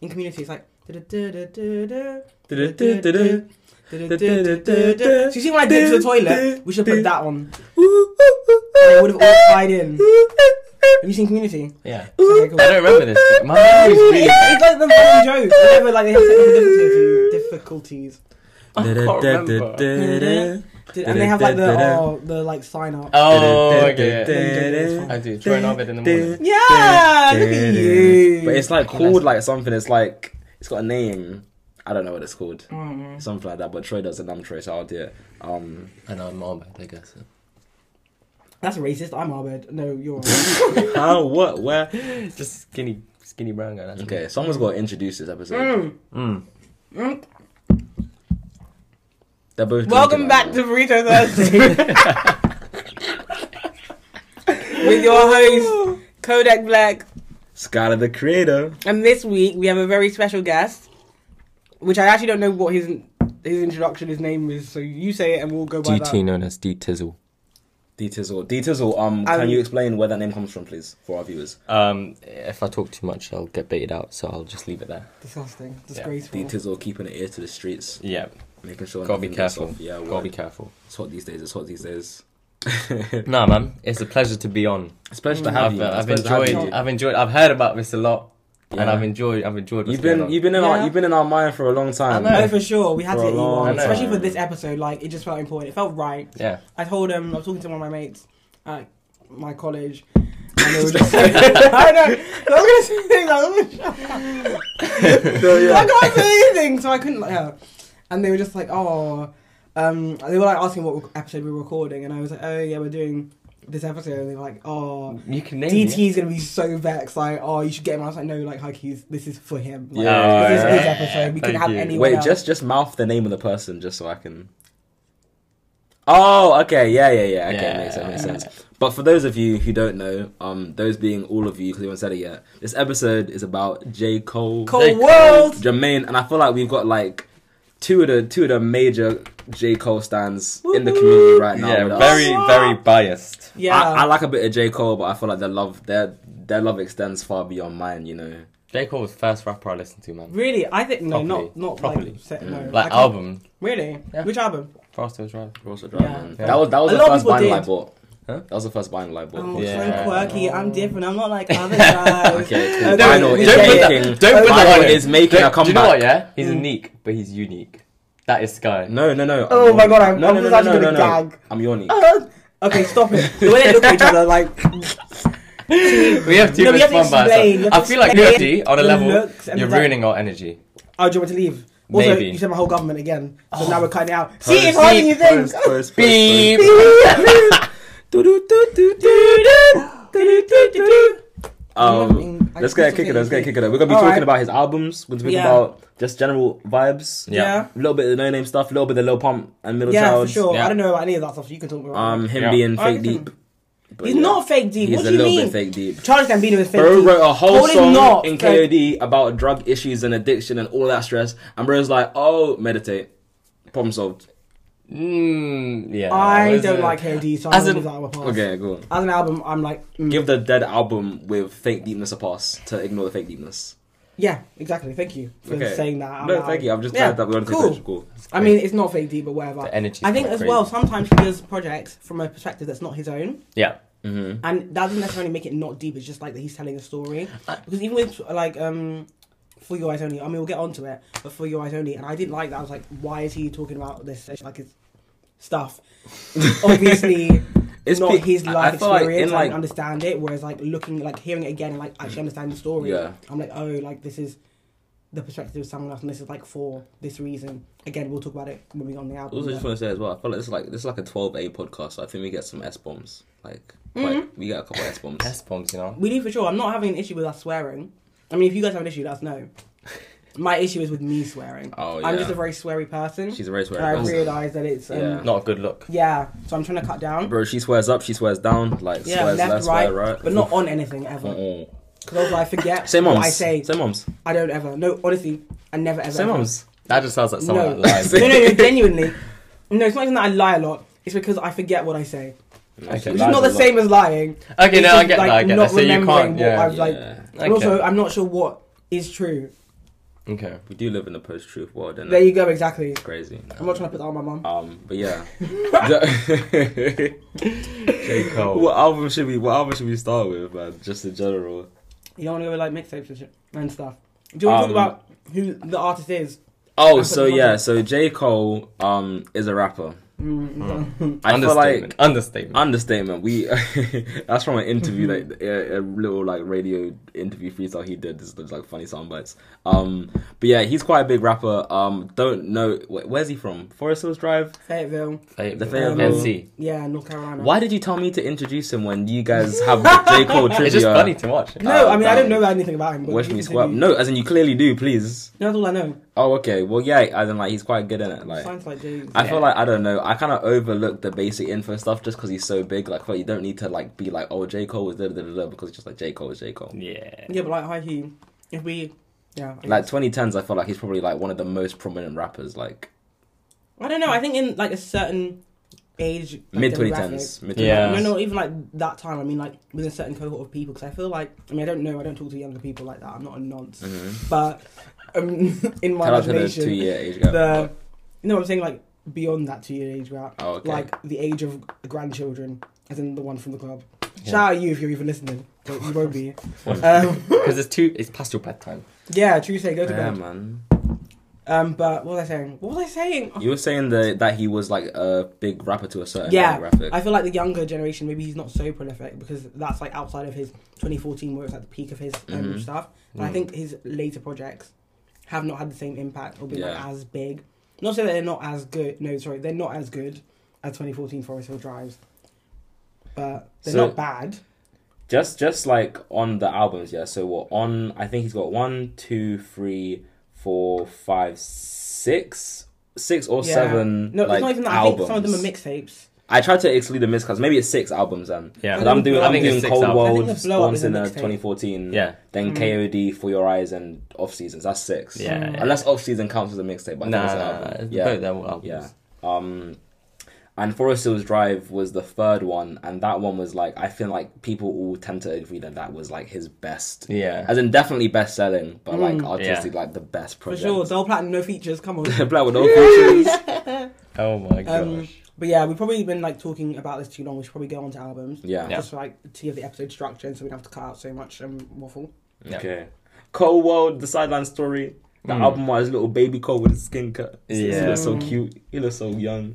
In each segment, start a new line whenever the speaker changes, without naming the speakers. In community, it's like. "Du-du-du-du-du-du,
Du-du-du-du-du.
du-du-du-du-du." So you see when I dip to the toilet, we should put that on. And it would have all tied in. Have you seen Community?
Yeah.
Okay, cool.
I don't remember this. bit. My memory's really bad.
It's like the running joke. Whenever like they have technical difficulties, difficulties.
I can't
remember. Did- and they have like the oh, the like sign up.
Oh, okay.
I
I do. Try and it in the morning.
Yeah, look at you.
But it's like called like something. It's like it's got a name. I don't know what it's called.
Mm.
Something like that. But Troy doesn't. I'm Troy, so I'll do it. Um,
And I'm Ahmed, I guess.
that's racist. I'm Ahmed. No, you're. Right.
how? Oh, What? Where?
Just skinny, skinny brown guy. That's
Okay. Someone's got to introduce this episode.
Mm.
Mm.
Mm.
They're both.
Welcome back
drinking
to
alcohol.
Burrito Thursday with your host Kodak Black,
Skylar the Creator.
and this week we have a very special guest, which I actually don't know what his his introduction, his name is. So you say it, and we'll go by that.
DT known as D Tizzle.
D Tizzle. D Tizzle. Um, can
Um, Oh.
you explain where that name comes from, please, for our viewers?
Um, if I talk too much, I'll get baited out, so I'll just leave it there.
Disgusting. Disgraceful.
D Tizzle keeping an ear to the streets,
Yeah,
making sure.
gotta be
nothing gets
careful.
off. Yeah.
gotta
word.
be careful.
It's hot these days. It's hot these days.
Nah, man, it's a pleasure to be on.
It's a pleasure to have
I've,
you.
uh,
It's a
I've
pleasure to have
enjoyed.
you.
I've enjoyed. I've heard about this a lot, and
Yeah.
I've enjoyed. I've enjoyed. what's
You've been
going
you've been in
Yeah.
our you've been in our mind for a long time.
I know.
Oh, for sure. We had
For
to
a
get you
long
on,
time.
especially for this episode. Like, it just felt important. It felt right.
on. yeah.
I told him I was talking to one of my mates at my college. And they were just saying, I know. I was gonna say things. I was gonna shut
So,
up. I
yeah.
can't say anything, so I couldn't. Like, yeah. And they were just like, oh, um, they were like asking what episode we were recording, and I was like, oh yeah, we're doing this episode. And they were like, oh.
You can name it.
DT's gonna be so vexed, like, oh, you should get him. I was like, no, like, hi, keys, this is for him. Like,
Yeah.
this is his
Yeah.
episode. We can
Thank
have
you.
anyone
Wait,
else.
just just mouth the name of the person just so I can. Oh, okay, yeah, yeah, yeah. Okay,
Yeah.
makes sense, makes sense. But for those of you who don't know, um, those being all of you, because we haven't said it yet, this episode is about J Cole,
Cold
Jake-
world.
Jermaine, and I feel like we've got like two of the two of the major J Cole stands in the community right now. with
Yeah,
us.
very very biased.
Yeah.
I, I like a bit of J Cole, but I feel like their love their their love extends far beyond mine. You know.
J Cole was the first rapper I listened to, man.
really, I think no,
Properly.
not not
Properly.
like set, no. I
Like
can't-
album,
Really?
Yeah.
Which album?
Faster Drive.
Rosa
Yeah.
Dragon.
Yeah.
That was that was
A
the
lot of
first
people
vinyl I
did.
bought.
Huh?
That was the first vinyl I bought.
Oh,
Yeah.
so quirky. I'm different. I'm not like other guys.
Okay, cool.
Uh,
Don't-
Vinyl is
don't put that-
making.
don't put that
vinyl
on it.
is making a
Do
comeback.
you know what? Yeah, he's unique, but he's unique. That is Sky.
No, no, no.
Oh my God, I'm-
no,
I'm
no, no,
just actually
no,
gonna
no, no.
gag. Oh,
I'm yawning.
okay, stop it. The way they look at each other, like oh,
We have too
No, we have
much
to
fun
explain,
by ourselves.
you have
I
to
feel like
explain
Nifty, on a
the
level,
looks and
you're
the-
ruining our energy.
oh, do you want to leave? Also,
Maybe.
you said my whole government again, so now we're cutting it out.
Oh. Post,
See, it's harder than you think.
post, post, post,
Beep.
post. Um,
Loving- I
let's get
just
kick it. Let's get
think-
kick it. We're gonna be
All
talking
right.
about his albums. We're gonna be
Yeah.
talking about just general vibes.
Yeah.
Yeah,
A little bit of the no name stuff. A little bit of Lil Pump and Middle
yeah,
Child.
for sure.
Yeah.
I don't know about any of that stuff. So you can talk about.
Um, him
Yeah.
being
I
fake
reckon-
deep. But
he's
yeah.
not fake deep.
He's
what
a
do you
little
mean?
bit fake deep.
Charles Gambino is fake
Bro
deep.
wrote a whole
Cole is
song
not
in
fake-
KOD about drug issues and addiction and all that stress, and bro's like, "Oh, meditate, problem solved."
Mm, yeah.
I
was
don't
it-
like KOD, so
As
I'm
an-
gonna leave that one past.
Okay, go on.
As an album, I'm like, mm,
Give the dead album with fake deepness a pass to ignore the fake deepness.
yeah, exactly. Thank you for
Okay.
saying that. out
no,
loud.
thank you. I'm just
Yeah,
glad that we're on the
cool.
same page. Cool.
I mean, it's not fake deep, but whatever.
The energy's
I think
quite
as well,
crazy.
sometimes he does projects from a perspective that's not his own,
Yeah.
Mm-hmm.
and that doesn't necessarily make it not deep. It's just like that he's telling a story.
Uh,
Because even with like um, for your eyes only, I mean, we'll get onto it, but for your eyes only, and I didn't like that. I was like, why is he talking about this? It's Like his stuff, obviously. It's not
peak-
his
I- I
life
feel like
experience.
in,
I
like-
can understand it. Whereas, like looking, like hearing it again, and like actually understand the story,
Yeah.
I'm like, oh, like this is the perspective of someone else, and this is like for this reason. Again, we'll talk about it when we get on the album.
Also,
but-
just want to say as well, I feel like this is like this is like a 12A podcast. So I think we get some S bombs. Like,
Mm-hmm.
like, we get a couple S bombs.
S bombs, you know.
We do for sure. I'm not having an issue with us swearing. I mean, if you guys have an issue, let us know. My issue is with me swearing.
Oh,
I'm
yeah.
just a very sweary person.
She's a very
and I
swearing person.
realise that it's um,
Yeah.
yeah.
Not a good look.
So I'm trying to cut down.
Bro, she swears up, she swears down, like
yeah,
swears
left,
left,
right,
swear right.
but not on anything ever.
Mm-mm.
Because also I forget
Same
what
moms.
I say.
Same moms.
I don't ever. No, honestly, I never ever.
Same
ever.
moms.
That just sounds like someone
No.
that lies.
no, no, no, genuinely. No, it's not even that I lie a lot. It's because I forget what I say.
Okay.
Which is
Lies
not
a
the
lot.
same as lying.
Okay,
It's
no,
just,
I get
like,
that. I get
not
that. So you
remembering
can't.
what
Yeah.
I've- like-
Yeah.
And also,
Okay.
I'm not sure what is true.
Okay.
We do live in a post-truth world, and
There you go, exactly.
crazy.
I'm not trying to put that on my mum.
Um, but yeah. J Cole. What album should we? What album should we start with, man? Just in general.
You don't want to go with like mixtapes and shit and stuff. Do you want to
Um,
talk about who the artist is?
Oh,
That's
so
what we
yeah,
wanted.
so J Cole um is a rapper.
Mm,
I feel
Understatement.
like
Understatement.
understatement. We that's from an interview, like
Mm-hmm.
a, a little like radio interview freestyle he did. There's, there's like funny sound bites. Um, but yeah, he's quite a big rapper. Um, don't know wh- where's he from? Forest Hills Drive.
Fayetteville.
The
Fayetteville.
NC.
Yeah, North Carolina.
Why did you tell me to introduce him when you guys have the J Cole trivia?
It's just funny to watch.
No,
Uh,
I mean I
damn.
don't know anything about him. but
Wish
you
me
can
squab.
tell me.
No, as in you clearly do. Please.
that's all I know.
Oh, okay. Well, yeah. As in, like he's quite good in it. Like.
Sounds like Jay.
I feel like I don't know. I kind of overlook the basic info stuff just because he's so big. Like, I feel like you don't need to like be like, oh, J Cole was da da da da because it's just like J Cole is J Cole.
Yeah.
Yeah, but like high key, if we, yeah, I
Like
guess.
2010s, I feel like he's probably like one of the most prominent rappers. Like
I don't know. I think in like a certain age, like,
mid Uh,
demographic,
2010s, mid
Yeah.
No, no, even like that time. I mean, like with a certain cohort of people, because I feel like I mean, I don't know. I don't talk to younger people like that. I'm not a nonce,
Mm-hmm.
but um, in my
Tell us the two
imagination,
year age gap.
the no, I'm saying like beyond that two year age gap,
oh, okay.
like the age of grandchildren, as in the one from the club.
Yeah.
Shout out you if you're even listening, but you won't be. um,
Because it's too. It's past your bedtime.
yeah, Tuesday, go to
yeah,
bed.
man.
Um, but what was I saying? What was I saying?
You were saying that that he was like a big rapper to a certain
Yeah,
demographic.
I feel like the younger generation maybe he's not so prolific because that's like outside of his 2014 where it's at the peak of his um,
Mhm.
stuff. And I think his later projects have not had the same impact or been like
Yeah.
as big. Not saying that they're not as good. No, sorry, they're not as good as 2014 Forest Hill Drives, but they're
So-
not bad.
Just just like on the albums, yeah. So what on I think he's got one, two, three, four, five, six, six or
Yeah.
seven.
No,
like,
it's not even that.
Albums.
I think some of them are mixtapes.
I tried to exclude the mix because maybe it's six albums then.
Yeah.
Because I'm doing
I
I'm
think
doing
it's six
Cold
albums.
I think
World,
the Mm. blow up is a
Sponsored
mixtape.
2014.
Yeah.
Then KOD for Your Eyes and Off Seasons. That's six.
Yeah.
Mm.
yeah.
Unless Off Season counts as a mixtape, but I think
Nah,
it's an
nah,
album.
it's
yeah.
both their albums.
Yeah. Um, and Forest Hills Drive was the third one, and that one was like I feel like people all tend to agree that that was like his best.
Yeah.
As in definitely best selling, but like artistic
Yeah.
like the best
For
project.
sure, double platinum, no features. Come on.
Black with no features.
Oh my gosh.
Um, but yeah, we've probably been like talking about this too long. We should probably go on to albums.
Yeah.
Just for, like to give the episode structure, and so we don't have to cut out so much um, waffle.
Yeah.
Okay. Hmm. Cole World, the sideline story. The
Mm.
album was little baby Cole with his skin cut. He
Yeah.
looks so cute. He looks so young.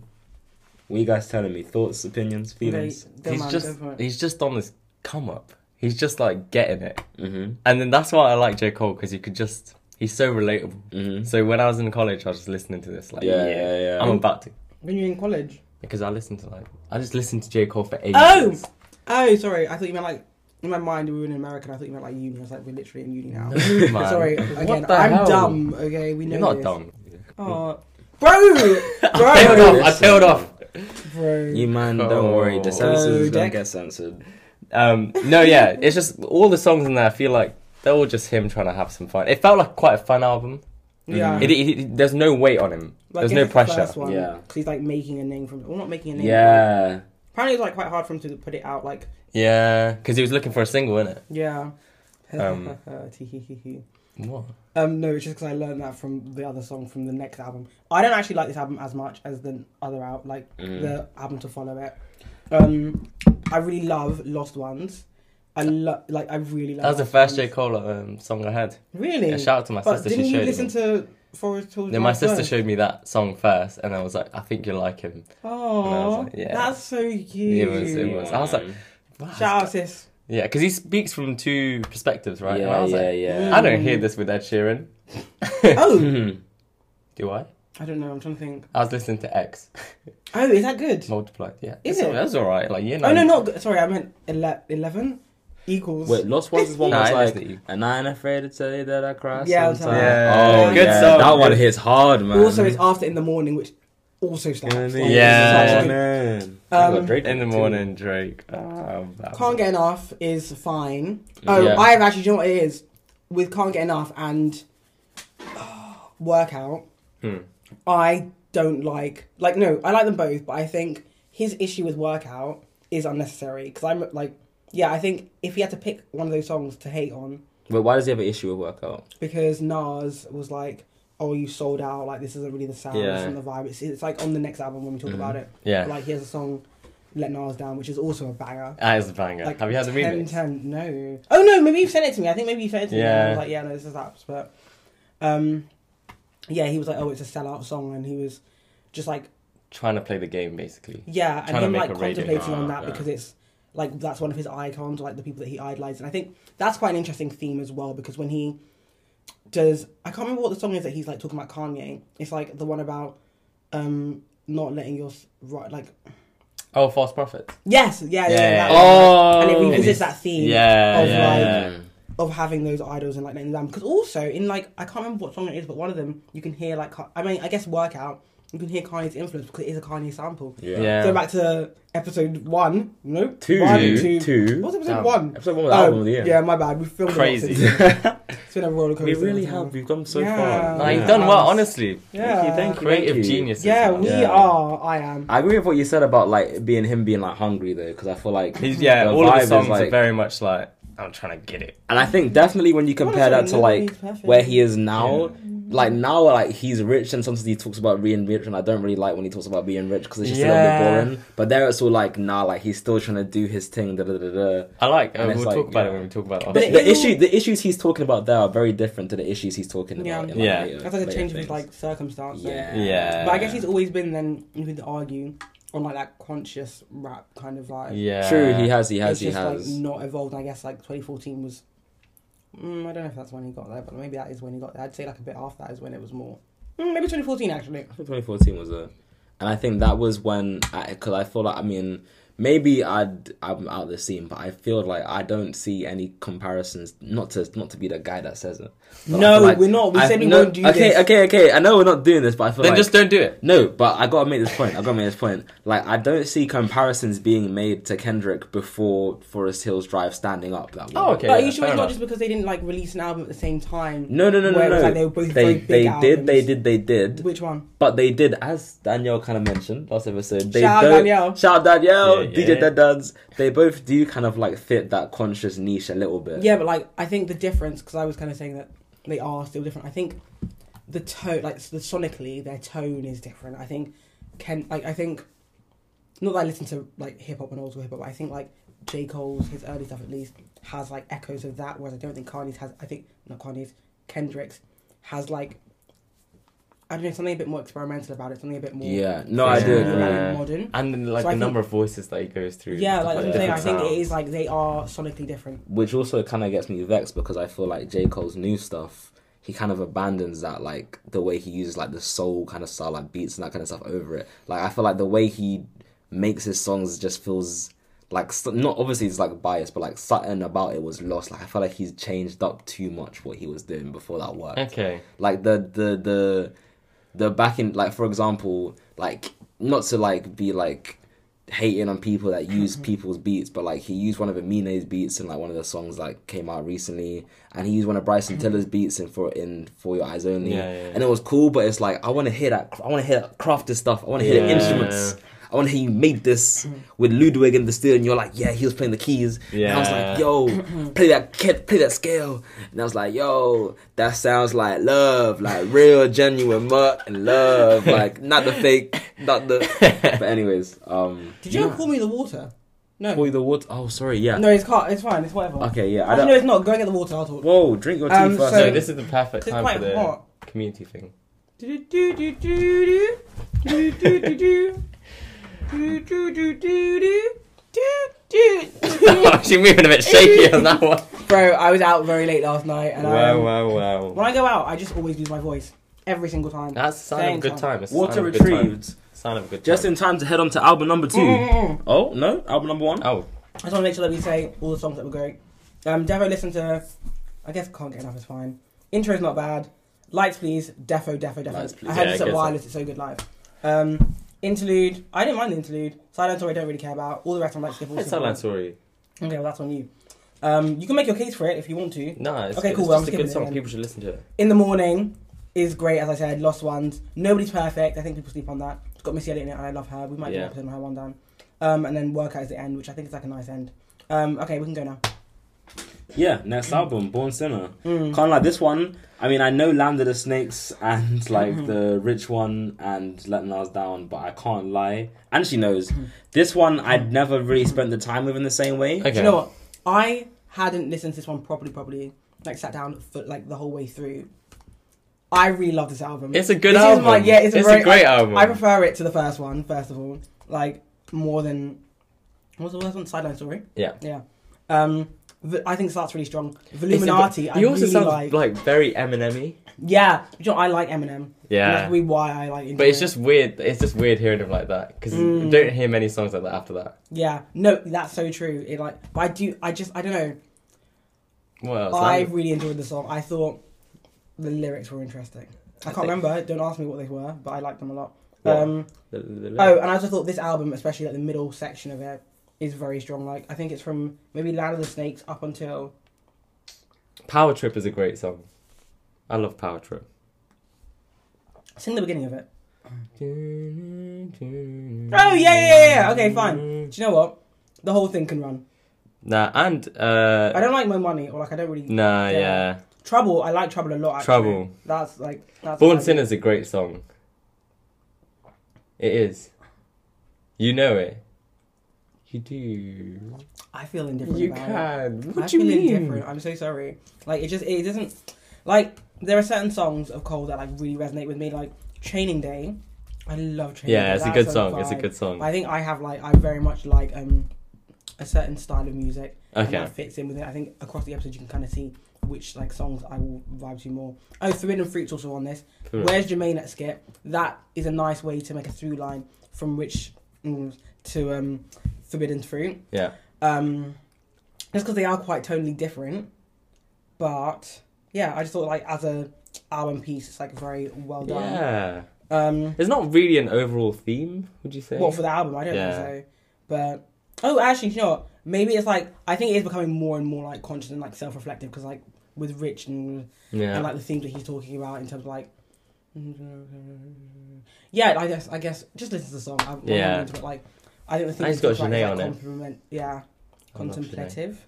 What you guys telling me? Thoughts, opinions, feelings?
Okay, go,
he's
man, go
just.
for it.
He's just on this come up. He's just like getting it,
Mm-hmm.
and then that's why I like J Cole because you could just. He's so relatable.
Mm-hmm.
So when I was in college, I was just listening to this. Like,
Yeah, yeah, yeah.
I'm about to
When you're in college.
because I listened to like I just listened to J Cole for ages.
Oh, oh, sorry. I thought you meant like in my mind we were in America. And I thought you meant like uni. I was like, we're literally in uni now.
No, man.
sorry again.
the
I'm
hell?
dumb. Okay, we know
You're not
this.
dumb.
Oh, bro,
Failed
bro,
off. I failed off.
You
bro.
man, don't worry. The
Oh.
censors is
Oh,
gonna
Dex.
get censored.
Um, no, yeah, it's just all the songs in there. I feel like they're all just him trying to have some fun. It felt like quite a fun album.
Yeah.
It, it, it- there's no weight on him. there's no pressure.
Yeah.
Yeah. He's like making a name from. Well, not making a name. but
Yeah.
Apparently, it's like quite hard for him to put it out. Like,
Yeah, because he was looking for a single, innit?
yeah.
Um.
Tee-hee-hee-hee.
What?
Um, no, it's just because I learned that from the other song from the next album. I don't actually like this album as much as the other out, like
Mm.
the album to follow it. Um, I really love Lost Ones. I love, like, I really love.
That was the
Lost
first J
Ones.
Cole um, song I had.
Really?
Yeah, shout out to my
but
sister.
didn't
She
you
showed
listen
me.
to Forest Hills?
Then my
Drive
sister
first?
showed me that song first, and I was like, I think you'll like him.
Oh,
like, yeah.
that's so cute.
It was- it was- I was like, Wow.
Shout out, sis.
Yeah, because he speaks from two perspectives, right? And I
yeah,
was
yeah,
like,
yeah.
I don't hear this with Ed Sheeran.
Oh,
Mhm.
Do I?
I don't know. I'm trying to think.
I was listening to X
Oh, is that good?
multiplied. Yeah,
Is
It's-
it?
That's all right. Like you know.
Oh no, not good. sorry. I meant ele- eleven equals.
Wait, Lost Ones is one
Nah,
was
it is
like,
the E.
and I ain't afraid to tell you that I cry
Yeah,
sometimes.
Yeah.
Oh,
Uh, Good
yeah.
song.
That one hits hard, man.
Also, it's after in the morning, which also slaps. Like,
Yeah. Yeah.
it's like- Um,
in the morning, Drake. Oh, that-
Can't get enough is fine. Oh,
Yeah.
I have actually. Do you know what it is? With can't get enough and uh, workout,
Hmm.
I don't like. Like no, I like them both, but I think his issue with Workout is unnecessary because I'm like, yeah, I think if he had to pick one of those songs to hate on,
But why does he have an issue with workout?
because Nas was like, "Oh, you sold out. Like this isn't really the sound.
Yeah. Mm-hmm.
It's not the vibe. It's, it's like on the next album when we talk about it.
Yeah.
like he has a song, "Let Nas Down," which is also a banger.
That is Ah, a banger.
Like,
Have you heard the
10,
remix?
10, no. Oh no, maybe you sent it to me. I think maybe you sent it to me. And I
Yeah.
was like, yeah, no, this is apps, but um, yeah, he was like, oh, it's a sellout song, and he was just like,
Trying to play the game, basically.
yeah,
Trying
and
to
him
make
like
a Ah, radio
contemplating on
star,
that
yeah.
because it's like that's one of his icons, like the people that he idolized, and I think that's quite an interesting theme as well because when he does, I can't remember what the song is that he's like talking about Kanye. It's like the one about um not letting your s- right, like
Oh, false prophet.
yes, yeah, yeah,
Yeah,
yeah,
yeah,
that
yeah.
one.
Oh,
and it revisits that theme
Yeah,
of
yeah,
like
yeah.
of having those idols and like letting them because also in like I can't remember what song it is, but one of them you can hear like Ka- I mean I guess workout you can hear Kanye's influence because it is a Kanye sample.
yeah.
Yeah.
Go back to episode one, no
Um, Two,
one,
two,
What's episode
Damn.
one? Oh,
Episode one of the album of the year.
yeah, my bad. We filmed a lot
Crazy.
since then. it's been a roller coaster.
We really
of time.
have. We've come so
Yeah.
far.
No,
Yeah.
you've done well, honestly.
Yeah,
Thank you.
Creative
you.
geniuses.
Yeah,
man.
we
Yeah.
are. I am.
I agree with what you said about like being him being like hungry though, because I feel like
He's, yeah,
the
all
vibe
of the
is,
songs
like-
are very much like, I'm trying to get it.
And I think definitely when you compare that to
Honestly,
like
nobody's perfect.
where he is now, like now like he's rich and sometimes he talks about being rich and I don't really like when he talks about being rich because it's just a
Yeah.
little bit boring. But there it's all like nah, like he's still trying to do his thing. Da, da, da, da.
I like, uh,
And it's
we'll
like,
talk about
yeah.
it when we talk about it.
The,
But
after.
it
the
is-
issue, the issues he's talking about there are very different to the issues he's talking
Yeah.
about. in,
Yeah.
later-
That's like a
later
change of his
things.
like circumstance. so-
Yeah.
Yeah.
But I guess he's always been then you could argue on like that conscious rap kind of like
Yeah.
True, he has, he has,
it's
he
just
has.
like not evolved. I guess like 2014 was. Mm, I don't know if that's when he got there, but maybe that is when he got there. I'd say like a bit after that is when it was more. Mm, maybe 2014 actually.
I think 2014 was it, and I think that was when because I, feel like I mean maybe I'd I'm out of the scene, but I feel like I don't see any comparisons. Not to not to be the guy that says it. but I
No,
feel like-
we're not. We
I-
said we
no,
won't do
okay,
this.
Okay, okay, I know we're not doing this, but I feel
Then
like
just don't do it.
no, but I gotta make this point. I gotta make this point. Like, I don't see comparisons being made to Kendrick before Forest Hills Drive standing up. That one.
Oh, okay.
but are
yeah,
you sure
fair
it's not
enough.
just because they didn't like release an album at the same time?
No, no, no, no,
Where it
no.
was like they were both
they
very big
they did, they
albums.
did, they did.
Which one?
But they did, as Danielle kind of mentioned last episode. They
Shout out
don't-
Danielle.
Shout out Danielle,
Yeah,
DJ
yeah.
Dead Duds. They both do kind of like fit that conscious niche a little bit.
Yeah, but like I think the difference because I was kind of saying that they are still different. I think the tone, like the sonically, their tone is different. I think Ken, like I think not that I listen to like hip hop and old school hip hop, but I think like J Cole's his early stuff at least has like echoes of that. Whereas I don't think Kanye's has. I think not Kanye's Kendrick's has like I don't know something a bit more experimental about it, something a bit more
Yeah. No, I do
Yeah.
agree.
Like modern.
And then, like
So I
the
think-
number of voices that he goes through.
Yeah, like I'm saying, I
different
think it
sounds.
is like they are sonically different.
Which also kind of gets me vexed because I feel like J Cole's new stuff. He kind of abandons that, like the way he uses like the soul kind of style, like beats and that kind of stuff over it. Like I feel like the way he makes his songs just feels like so- not obviously it's like biased, but like something about it was lost. Like I feel like he's changed up too much what he was doing before that worked.
Okay.
like the the the the back in like for example like not to like be like hating on people that use
Mm-hmm.
people's beats but like he used one of Aminé's beats in like one of the songs that came out recently and he used one of Bryson Tiller's beats in for in for your eyes only
Mm-hmm. Yeah, yeah, yeah.
and it was cool but it's like I want to hear that I want to hear that crafted stuff I want to hear the
Yeah. Mm.
instruments I want to hear you made this with Ludwig in the studio and you're like yeah he was playing the keys and I was like
Yeah.
yo yo, play that kid, play that scale. And I was like, yo, that sounds like love, like real, genuine mutt and love, like not the fake, not the. But anyways, um,
Did you ever call me the water? No.
boy the water? Oh, sorry, yeah.
No, it's can't. It's fine. It's whatever.
Okay, yeah. I
Actually, no,
don't.
it's not. Go and get the water. I'll talk.
Whoa, drink your tea
Um,
first.
so-
No, this is the perfect
It's
time
quite
for the
hot.
community thing.
Do do do do do do do do do do do do do do do do.
She's moving a bit shaky on that one.
Bro, I was out very late last night, and I,
Wow,
um,
wow,
when
wow.
I go out, I just always lose my voice every single time.
That's a sign of
Same
a good time. It's a
Water
sign of a good time.
retrieved.
Sign of a good time.
Just in time to head on to album number two.
Mm-mm-mm.
Oh no, album number one.
Oh,
I just want to make sure that we say all the songs that were great. Um, Defo, listen to. I guess can't get enough is fine. Intro's not bad. Lights, please. Defo, Defo, Defo.
Lights, Please.
I had
Yeah,
this
I
at
guess
Wireless. It's so good live. Um, interlude. I didn't mind the interlude. Silent Story. I don't really care about. All the rest I'm like skip. all
it's
skip all.
Silent Story.
Okay, well that's on you. Um, you can make your case for it if you want to.
No, it's,
Okay,
it's
cool, well, I'm
just a
skipping
good
it
song.
then.
People should listen to it.
In the morning is great, as I said. Lost ones. Nobody's perfect. I think people sleep on that. It's got Missy Elliott in it, and I love her. We might do
Yeah.
an episode on her one time. Um, and then work out is the end, which I think is like a nice end. Um, okay, we can go now.
Yeah, next
Mm.
album, Born Sinner. Kind of like this one. I mean, I know Land of the Snakes and like
Mm-hmm.
the Rich One and Letting Us Down, but I can't lie. And she knows
Mm-hmm.
this one. I'd never really spent the time with in the same way.
Okay.
Do you know what? I hadn't listened to this one properly, properly. Like sat down for like the whole way through. I really love this album.
It's a good
This is
album.
my- yeah, it's a very-
great album.
I prefer it to the first one, first of all. Like more than what was the last one? Sideline Story.
Yeah.
Yeah. Um, v- I think Slart's really strong.
It's a-
Voluminati. I
He also
really
sounds
like,
very Eminem-y.
Yeah, you know, I like Eminem. And That's
Yeah.
probably why I like. enjoy
But it's
it.
just weird. It's just weird hearing him like that because
Mm.
you don't hear many songs like that after that.
yeah. No, that's so true. It like, but I do. I just I don't know.
What else?
I
Like-
really enjoyed the song. I thought the lyrics were interesting. I can't
think-
remember. Don't ask me what they were, but I liked them a lot.
What?
Um,
the- the- the-
oh, and I also thought this album, especially like the middle section of it, is very strong. Like I think it's from maybe Land of the Snakes up until
Power Trip is a great song. I love Power Trip.
it's in the beginning of it.
Oh yeah,
Oh yeah, yeah, yeah. yeah. Okay, fine. Do you know what? The whole thing can run.
Nah, and uh,
I don't like my money, or like I don't really
nah,
Yeah.
yeah.
trouble. I like trouble a lot. Actually.
Trouble.
That's like that's
Born
my-
Sinner's a great song. It is. You know it. You do.
I feel indifferent.
You
about it.
can. What
I
do you
feel
mean?
indifferent. I'm so sorry. Like it just it doesn't like there are certain songs of Cole that like really resonate with me. Like Training Day, I love Training Day.
Yeah, it's a
That
good
song's
song. It's a
vibe.
good
But
song.
I think I have like I very much like um a certain style of music and
Okay.
that fits in with it. I think across the episode you can kind of see which like songs I will vibe to more. Oh, Forbidden Fruits also on this.
Cool.
Where's Jermaine at Skip? That is a nice way to make a through line from Rich mm, to um Forbidden Fruit
Yeah.
um just because they are quite tonally different but yeah i just thought like as a album piece it's like very well done
Yeah.
um
There's not really an overall theme, would you say?
what for the album i don't
Yeah.
think so but oh actually you know what? maybe it's like i think it is becoming more and more like conscious and like self-reflective because like with rich and,
yeah.
and like the themes that he's talking about in terms of like yeah i guess i guess just listen to the song i'm
Yeah.
yeah into it. like i don't think
And
it's
he's got
like,
Jhené
like,
on it.
compliment- yeah
I love Jhené.
contemplative.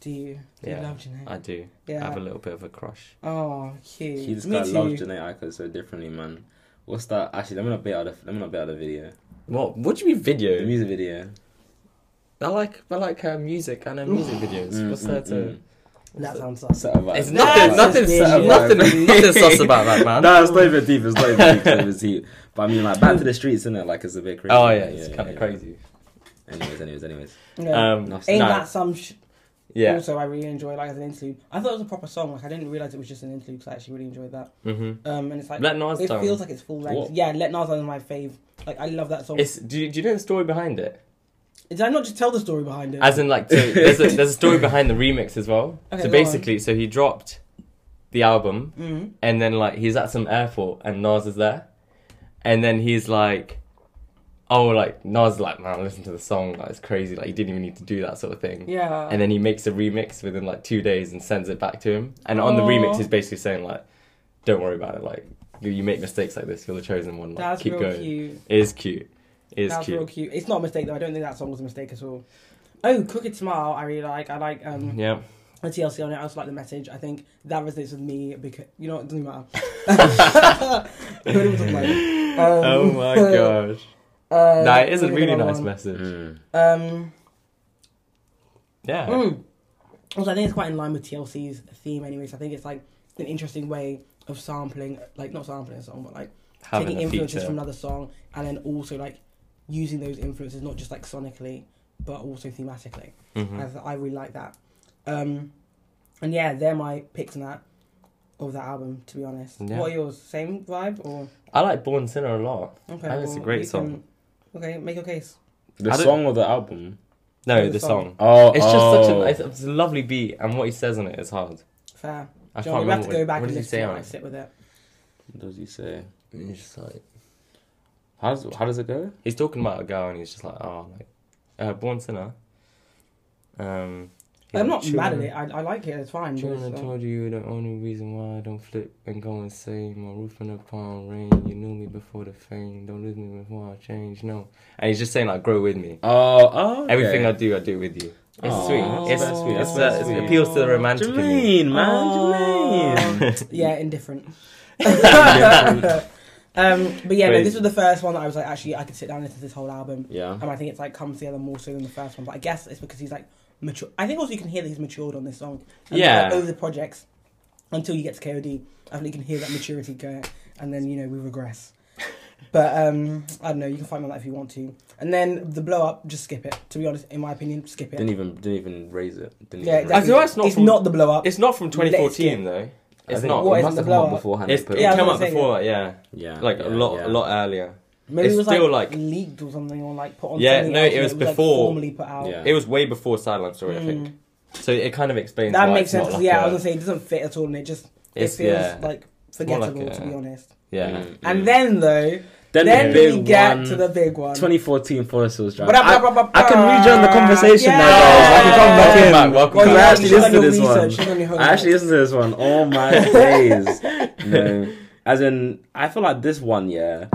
Do you? Do you
Yeah.
love Janae?
I do. I
yeah.
have a little bit of a crush.
oh, cute.
He just
Me
kind
too.
of loves Janae Aiko so differently, man. What's that? Actually, let me not bit out of let me not bit out the video.
What? What do you mean video?
The music video.
I like I like her music and her music videos.
Mm,
What's
mm,
there to?
mm.
that sounds
Um,
sus.
Set of vibes.
It's
Set
nothing,
That's
of
nothing,
just
nothing,
me.
nothing, sus about that, man.
No, it's not even deep. It's not even deep. It's not even deep. But I mean, like back to the streets, isn't it? Like it's a bit crazy.
Oh yeah, it's kind of
yeah.
crazy.
Anyways, anyways, anyways.
Yeah.
Um,
No.
Ain't
no,
that some? Sh-
yeah.
Also, I really enjoy like as an interlude. I thought it was a proper song. Like I didn't realize it was just an interlude. Cause I actually really enjoyed that.
hmm
Um, and it's like
Let Nas
it
down.
feels like it's full length.
What?
Yeah, Let Nas Down is my fave. Like I love that song.
It's do you, do you know the story behind it?
Did I not just tell the story behind it?
As in, like, to, there's a there's a story behind the remix as well.
Okay,
so
go on.
basically, so he dropped the album,
Mhm.
and then like he's at some airport, and Nas is there, and then he's like, oh, like Nas is like, man, listen to the song, like it's crazy, like you didn't even need to do that sort of thing.
Yeah.
and then he makes a remix within like two days and sends it back to him. And on the
Aw.
remix, he's basically saying like, "Don't worry about it. Like, you, you make mistakes like this. You're the chosen one. Like,
That's
keep
real
going.
cute.
It is cute. It is
That's
cute.
real cute. It's not a mistake though. I don't think that song was a mistake at all. Oh, Crooked Smile. I really like. I like. Um,
Yeah.
the TLC on it. I also like the message. I think that resonates with me because you know what, it doesn't matter. Who do we talk about? Um,
oh my gosh.
Uh,
nah, it is a really
another
nice
one.
message.
Mm.
Um,
Yeah.
mm. Also, I think it's quite in line with TLC's theme, anyways. I think it's like an interesting way of sampling, like not sampling a song, but like
Having
taking
a
influences
feature.
from another song and then also like using those influences not just like sonically but also thematically.
Mhm.
I, th- I really like that. Um, and yeah, they're my picks on that of that album. To be honest,
Yeah.
what are yours? Same vibe or
I like Born Sinner a lot.
okay?
I think it's a great
you
song.
can- okay, make your case.
The
I don't-
song or the album?
No,
The
the,
song.
song.
Oh,
It's
oh.
just such a, it's, it's a lovely beat, and what he says on it is hard.
Fair.
I
Do you know,
can't
we have to
remember
go
what-
back and
what does he
listen
say
to it,
on
like,
it.
sit with it.
What does he say?
He's just like,
How does how does it go?
he's talking about a girl and he's just like, oh, like, uh, born sinner. Um,
I'm not mad at
children-
it. I, I like it. It's fine. but
Children, I
it's, uh,
told you the only reason why I don't flip and go insane. My roof and the palm rain. You knew me before the fame. Don't lose me before I change. No. And he's just saying like, grow with me.
Oh, oh okay.
Everything I do, I do with you. It's
Aw,
sweet.
that's
It's
very sweet.
It's,
That's
uh,
very
It
sweet.
appeals to the romantic. in me.
Jermaine, man, Jermaine.
Oh, yeah, indifferent.
Indifferent.
um, but yeah, no,
Wait.
this was the first one that I was like, actually, I could sit down and listen to this whole album.
Yeah.
And I think it's like comes together more so than the first one. But I guess it's because he's like mature. I think also you can hear that he's matured on this song. And,
Yeah.
like, over the projects until you get to KOD, I think you can hear that maturity go, and then you know we regress. But um, I don't know. You can find me on that if you want to. And then the blow up, just skip it. To be honest, in my opinion, skip it.
Didn't even didn't even raise it. Didn't
Yeah,
even
exactly.
raise
I feel like it's not
It's
from-
not the blow up.
It's not from
Let's
2014 though.
it.
It's
I think
not.
What
It
is
must
the
have come
blowout?
out beforehand.
It's,
but-
it
Yeah, I
came
was
out
saying
before, yeah.
yeah,
Like
yeah,
a lot,
yeah.
a lot earlier.
Maybe
it's
it was
still,
like,
like-
leaked or something, or like put on.
Yeah,
something
no,
else
it
and
was
like,
before.
formally put out.
Yeah.
It was way before Silent Story, I think. So it kind of explains
That
why
makes
it's not
sense.
like
yeah, I
a-
was gonna say it doesn't fit at all, and it just it
It's-
feels
yeah.
like
more like
forgettable
a-
to be honest.
Yeah.
Mm, mm.
And then though,
then,
then,
the big
we get
one,
to the big one.
2014 Forest Hills Drive.
Ba-da,
I,
ba-ba-ba-ba.
I can rejoin the conversation now, guys. I can come back
Yeah.
in.
Welcome back, welcome
Because
Well,
I
yeah, you've
actually
done
listened to
your
this
research, you've
one.
done your
I actually
homework.
listened to this one. Oh my days. No. As in, I feel like this one, yeah.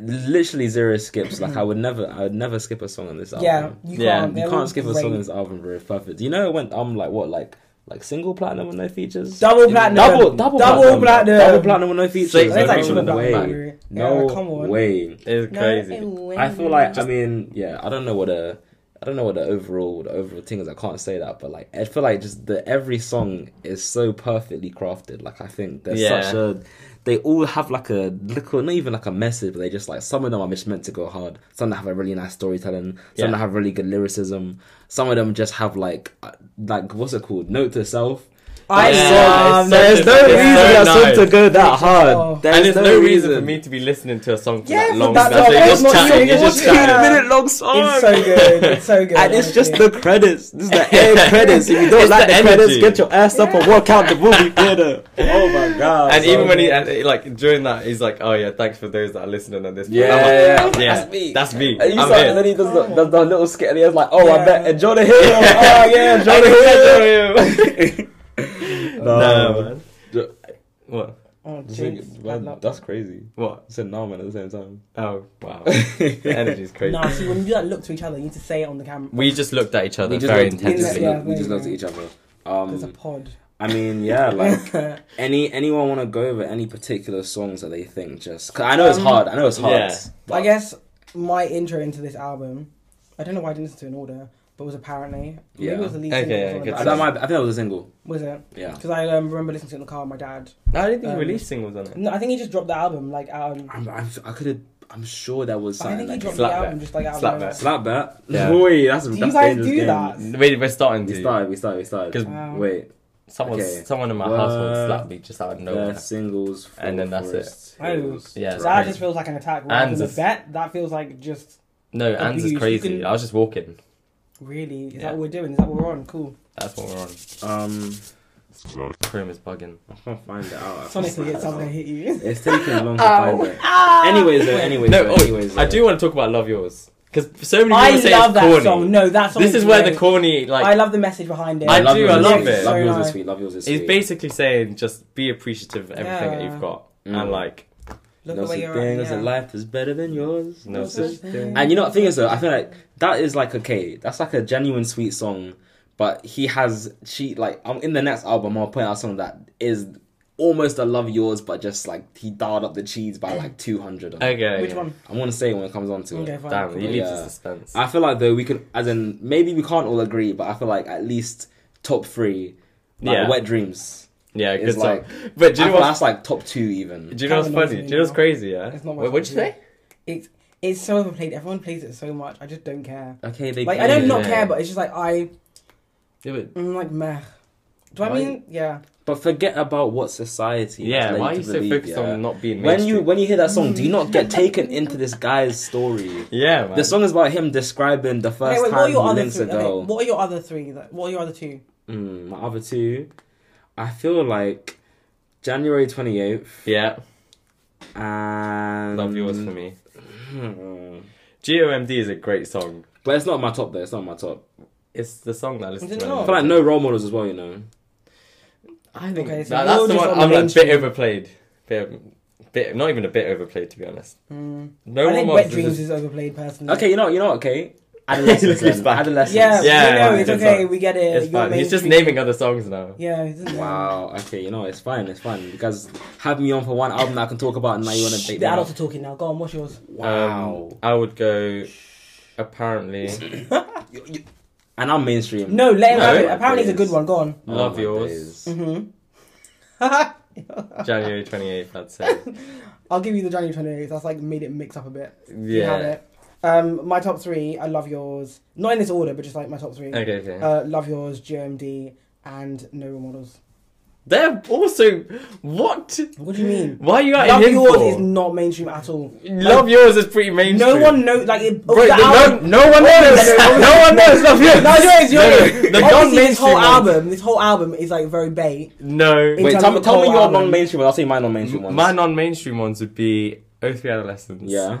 Literally zero skips. Like I would never, I would never skip a song on this album.
yeah, you
Yeah,
can't.
you
they're all
can't skip a
great.
song on this album, bro. Perfect. You know, it went um like what, like like single platinum with no features.
Double platinum.
double, double,
Double platinum.
double platinum with no features.
Straight
That's
like
no
triple
way,
platinum.
no
Yeah, come on.
way.
It's crazy.
I feel like I mean, yeah, I don't know what a. I don't know what the overall the overall thing is. I can't say that, but like I feel like just the every song is so perfectly crafted. Like I think there's
Yeah.
such a they all have like a little not even like a message, but they just like some of them are just meant to go hard. Some that have a really nice storytelling. Some
Yeah.
that have really good lyricism. Some of them just have like uh, like what's it called? Note to self.
I
Yeah,
love
it's so
There's no
different.
reason
It's so
for
nice.
song to go that
Oh.
hard.
and there's no, reason. for me to be listening to a song for
Yeah,
that
but
long.
that's
That's
what
it.
I'm
Just
not
chatting.
saying.
You're just
It's not
chatting.
even-
minute long song.
It's so good. It's so good.
And it's just
honestly.
the credits. This is the air credits. If you don't
It's
like the,
the
credits,
energy.
get your ass up and walk out the movie theater. Oh my god!
And
so
even when he
good.
and, uh, like during that, he's like, "Oh yeah, thanks for those that are listening on this."
Yeah,
I'm
yeah,
like,
yeah.
yeah,
That's me.
That's me.
And you
I'm
saw-
here.
and then he does
Oh.
the, does the little skit, and he's like, "Oh, I
Yeah.
bet and Jonah Hill. oh
I
yeah, Jonah Hill."
no,
No,
man.
Jo-
What?
Oh,
I
jeez,
think-
bad
man,
luck.
that's crazy.
What?
I said no, man. At the same time,
Oh wow, the energy's crazy.
Nah, see, when you do that, look to each other. You need to say it on the camera.
We just looked at each other
we just
very
looked- we just
intensely.
Yeah,
looked- we just looked at each other.
There's a
Um,
pod.
I mean, yeah, like any anyone want to go over any particular songs that they think just? 'cause I know it's
Um,
hard. I know it's hard.
yeah.
but-
I guess my intro into this album, I don't know why I didn't listen to it in order, but was apparently
Yeah.
maybe it was the lead
Okay,
single.
yeah,
or something
good
like
I,
stuff.
that
that.
might, I think that was a single.
Was it?
Yeah.
Because I um, remember listening to it in the car with my dad.
No, I didn't think
Um,
we released singles on it.
No, I think he just dropped the album like um, out. on-
I'm, I'm, I could have. I'm sure that was
I
something
think he dropped
like that.
the
Slap
album
that.
just like out. of
Slap
nowhere.
that.
slap that.
Yeah.
Boy, that's
Do
that's
you guys
dangerous
do
game.
that?
We, we're starting
We
to.
started. We started. We started.
'Cause
Wow.
wait,
Someone,
Okay.
someone in my
What?
household slapped me just out of
no,
nowhere.
singles. For
And then that's
Forest
it.
Hills.
Yeah, it's
That
crazy.
just feels like an attack.
And
Rather than a
the-
bet, that feels like just
No,
Abuse.
Anne's is
You
crazy.
can-
I was just walking.
really. Is
Yeah.
that what we're doing? Is that what we're on? Cool.
That's what we're on.
Um,
Chrome is bugging.
I can't find it out. I
Sonic
can't
will
find
get
it out.
something to hit you.
It's taking long to
Oh.
find it.
Ah.
Anyways, though, anyways,
No,
though,
oh,
anyways,
I
though.
do want to talk about Love Yours because so many people
I
say
love
it's
that
corny.
song. No, that song.
this is where the
great.
corny like.
I love the message behind it.
I
love
do,
yours
I
is
love
sweet.
it.
Love yours is
nice.
sweet. Love yours is
It's
sweet.
basically saying just be appreciative of everything that
Yeah.
you've got
Mm.
and like
Look
no
the way
such
you're
thing
at,
as a
yeah.
life is better than yours.
no such thing.
And you know what the thing is though, I feel like that is like okay, that's like a genuine sweet song, but he has she like um in the next album I'll point out a song that is almost a love yours, but just like he dialed up the cheese by like two hundred.
Okay.
Which
okay.
one?
I want to say it when it comes on to
Okay,
it.
fine.
Damn, you leave
Yeah.
the suspense.
I feel like though we can, as in maybe we can't all agree, but I feel like at least top three, like,
Yeah.
Wet Dreams.
yeah,
It's
good song.
like
but do
I
you know
feel
what's,
that's like top two even.
do you know what's
Kinda not
funny? Do
to
you
me,
know what's
no.
crazy? Yeah.
It's not
Wait,
much
what'd you
to me.
say?
It's it's so overplayed. Everyone plays it so much. I just don't care.
Okay, they
Like I don't not
Yeah.
care, but it's just like I
Yeah, but-
I'm like meh. Do I
Why-
mean yeah?
But forget about what society. has
yeah
led
why are you
to
so
believe,
focused
yeah.
on not being
when you
mainstream?
when you hear that song, do you not get taken into this guy's story?
Yeah, man.
The song is about him describing the first
Okay, wait, what are
time he
your other
links
three?
a
Okay,
girl.
what are your other three? That, what are your other two?
Mm, my other two, I feel like January twenty eighth
Yeah,
and
love yours for me.
Hmm.
GOMD is a great song.
But it's not my top though. It's not my top.
It's the song that I listen
Is it
to.
not?
I feel like no role models as well, you know.
I think
Okay, so
that-
no
that's the
just
one
on
I'm
the
like bit
mainstream.
overplayed. Bit, bit, not even a bit overplayed to be honest.
Mm.
No
I
one
think
wants
Wet
to
Dreams
just-
is overplayed personally.
Okay, you know, you know, okay. Adolescence.
He's
then.
back.
Adolescence.
Yeah,
Yeah,
yeah, no, it's
it's
okay.
fine.
We get it.
It's
You're
fine. He's just
mainstream.
naming other songs now.
Yeah, it doesn't
Wow. Okay, you know, it's fine. It's fine. You guys have me on for one album that I can talk about, and now you want to
Shh,
date
The
me.
adults
out.
are talking now. Go on, what's yours?
Wow.
Um, I would go. Apparently,
You- you- and I'm mainstream.
No, let him
No,
have it.
my
Apparently, it's a
days.
good one. Go on.
Oh
Love
my
Yours.
days.
Mm-hmm.
January twenty eighth. I'd say.
I'll give you the January 28th. That's like made it mix up a bit. You have
Yeah.
it. Um, my top three. I love yours. Not in this order, but just like my top three.
Okay. Okay.
Uh, love yours, GMD, and No Role Models.
They're also what?
What do you mean?
Why are you out
Love
here
yours
for?
is not mainstream at all.
Love yours is pretty mainstream.
No one knows. Like it,
Bro,
the
no,
album.
no one knows. no one knows. Love yours.
No, yours, yours.
The
Obviously,
non-mainstream
this whole
one.
album, this whole album is like very bait.
No.
Wait,
Wait, tell
Tell
me, tell
me
me
your
your
album.
non-mainstream. ones. I'll say my non-mainstream ones.
My non-mainstream ones would be O3 Adolescents.
Yeah.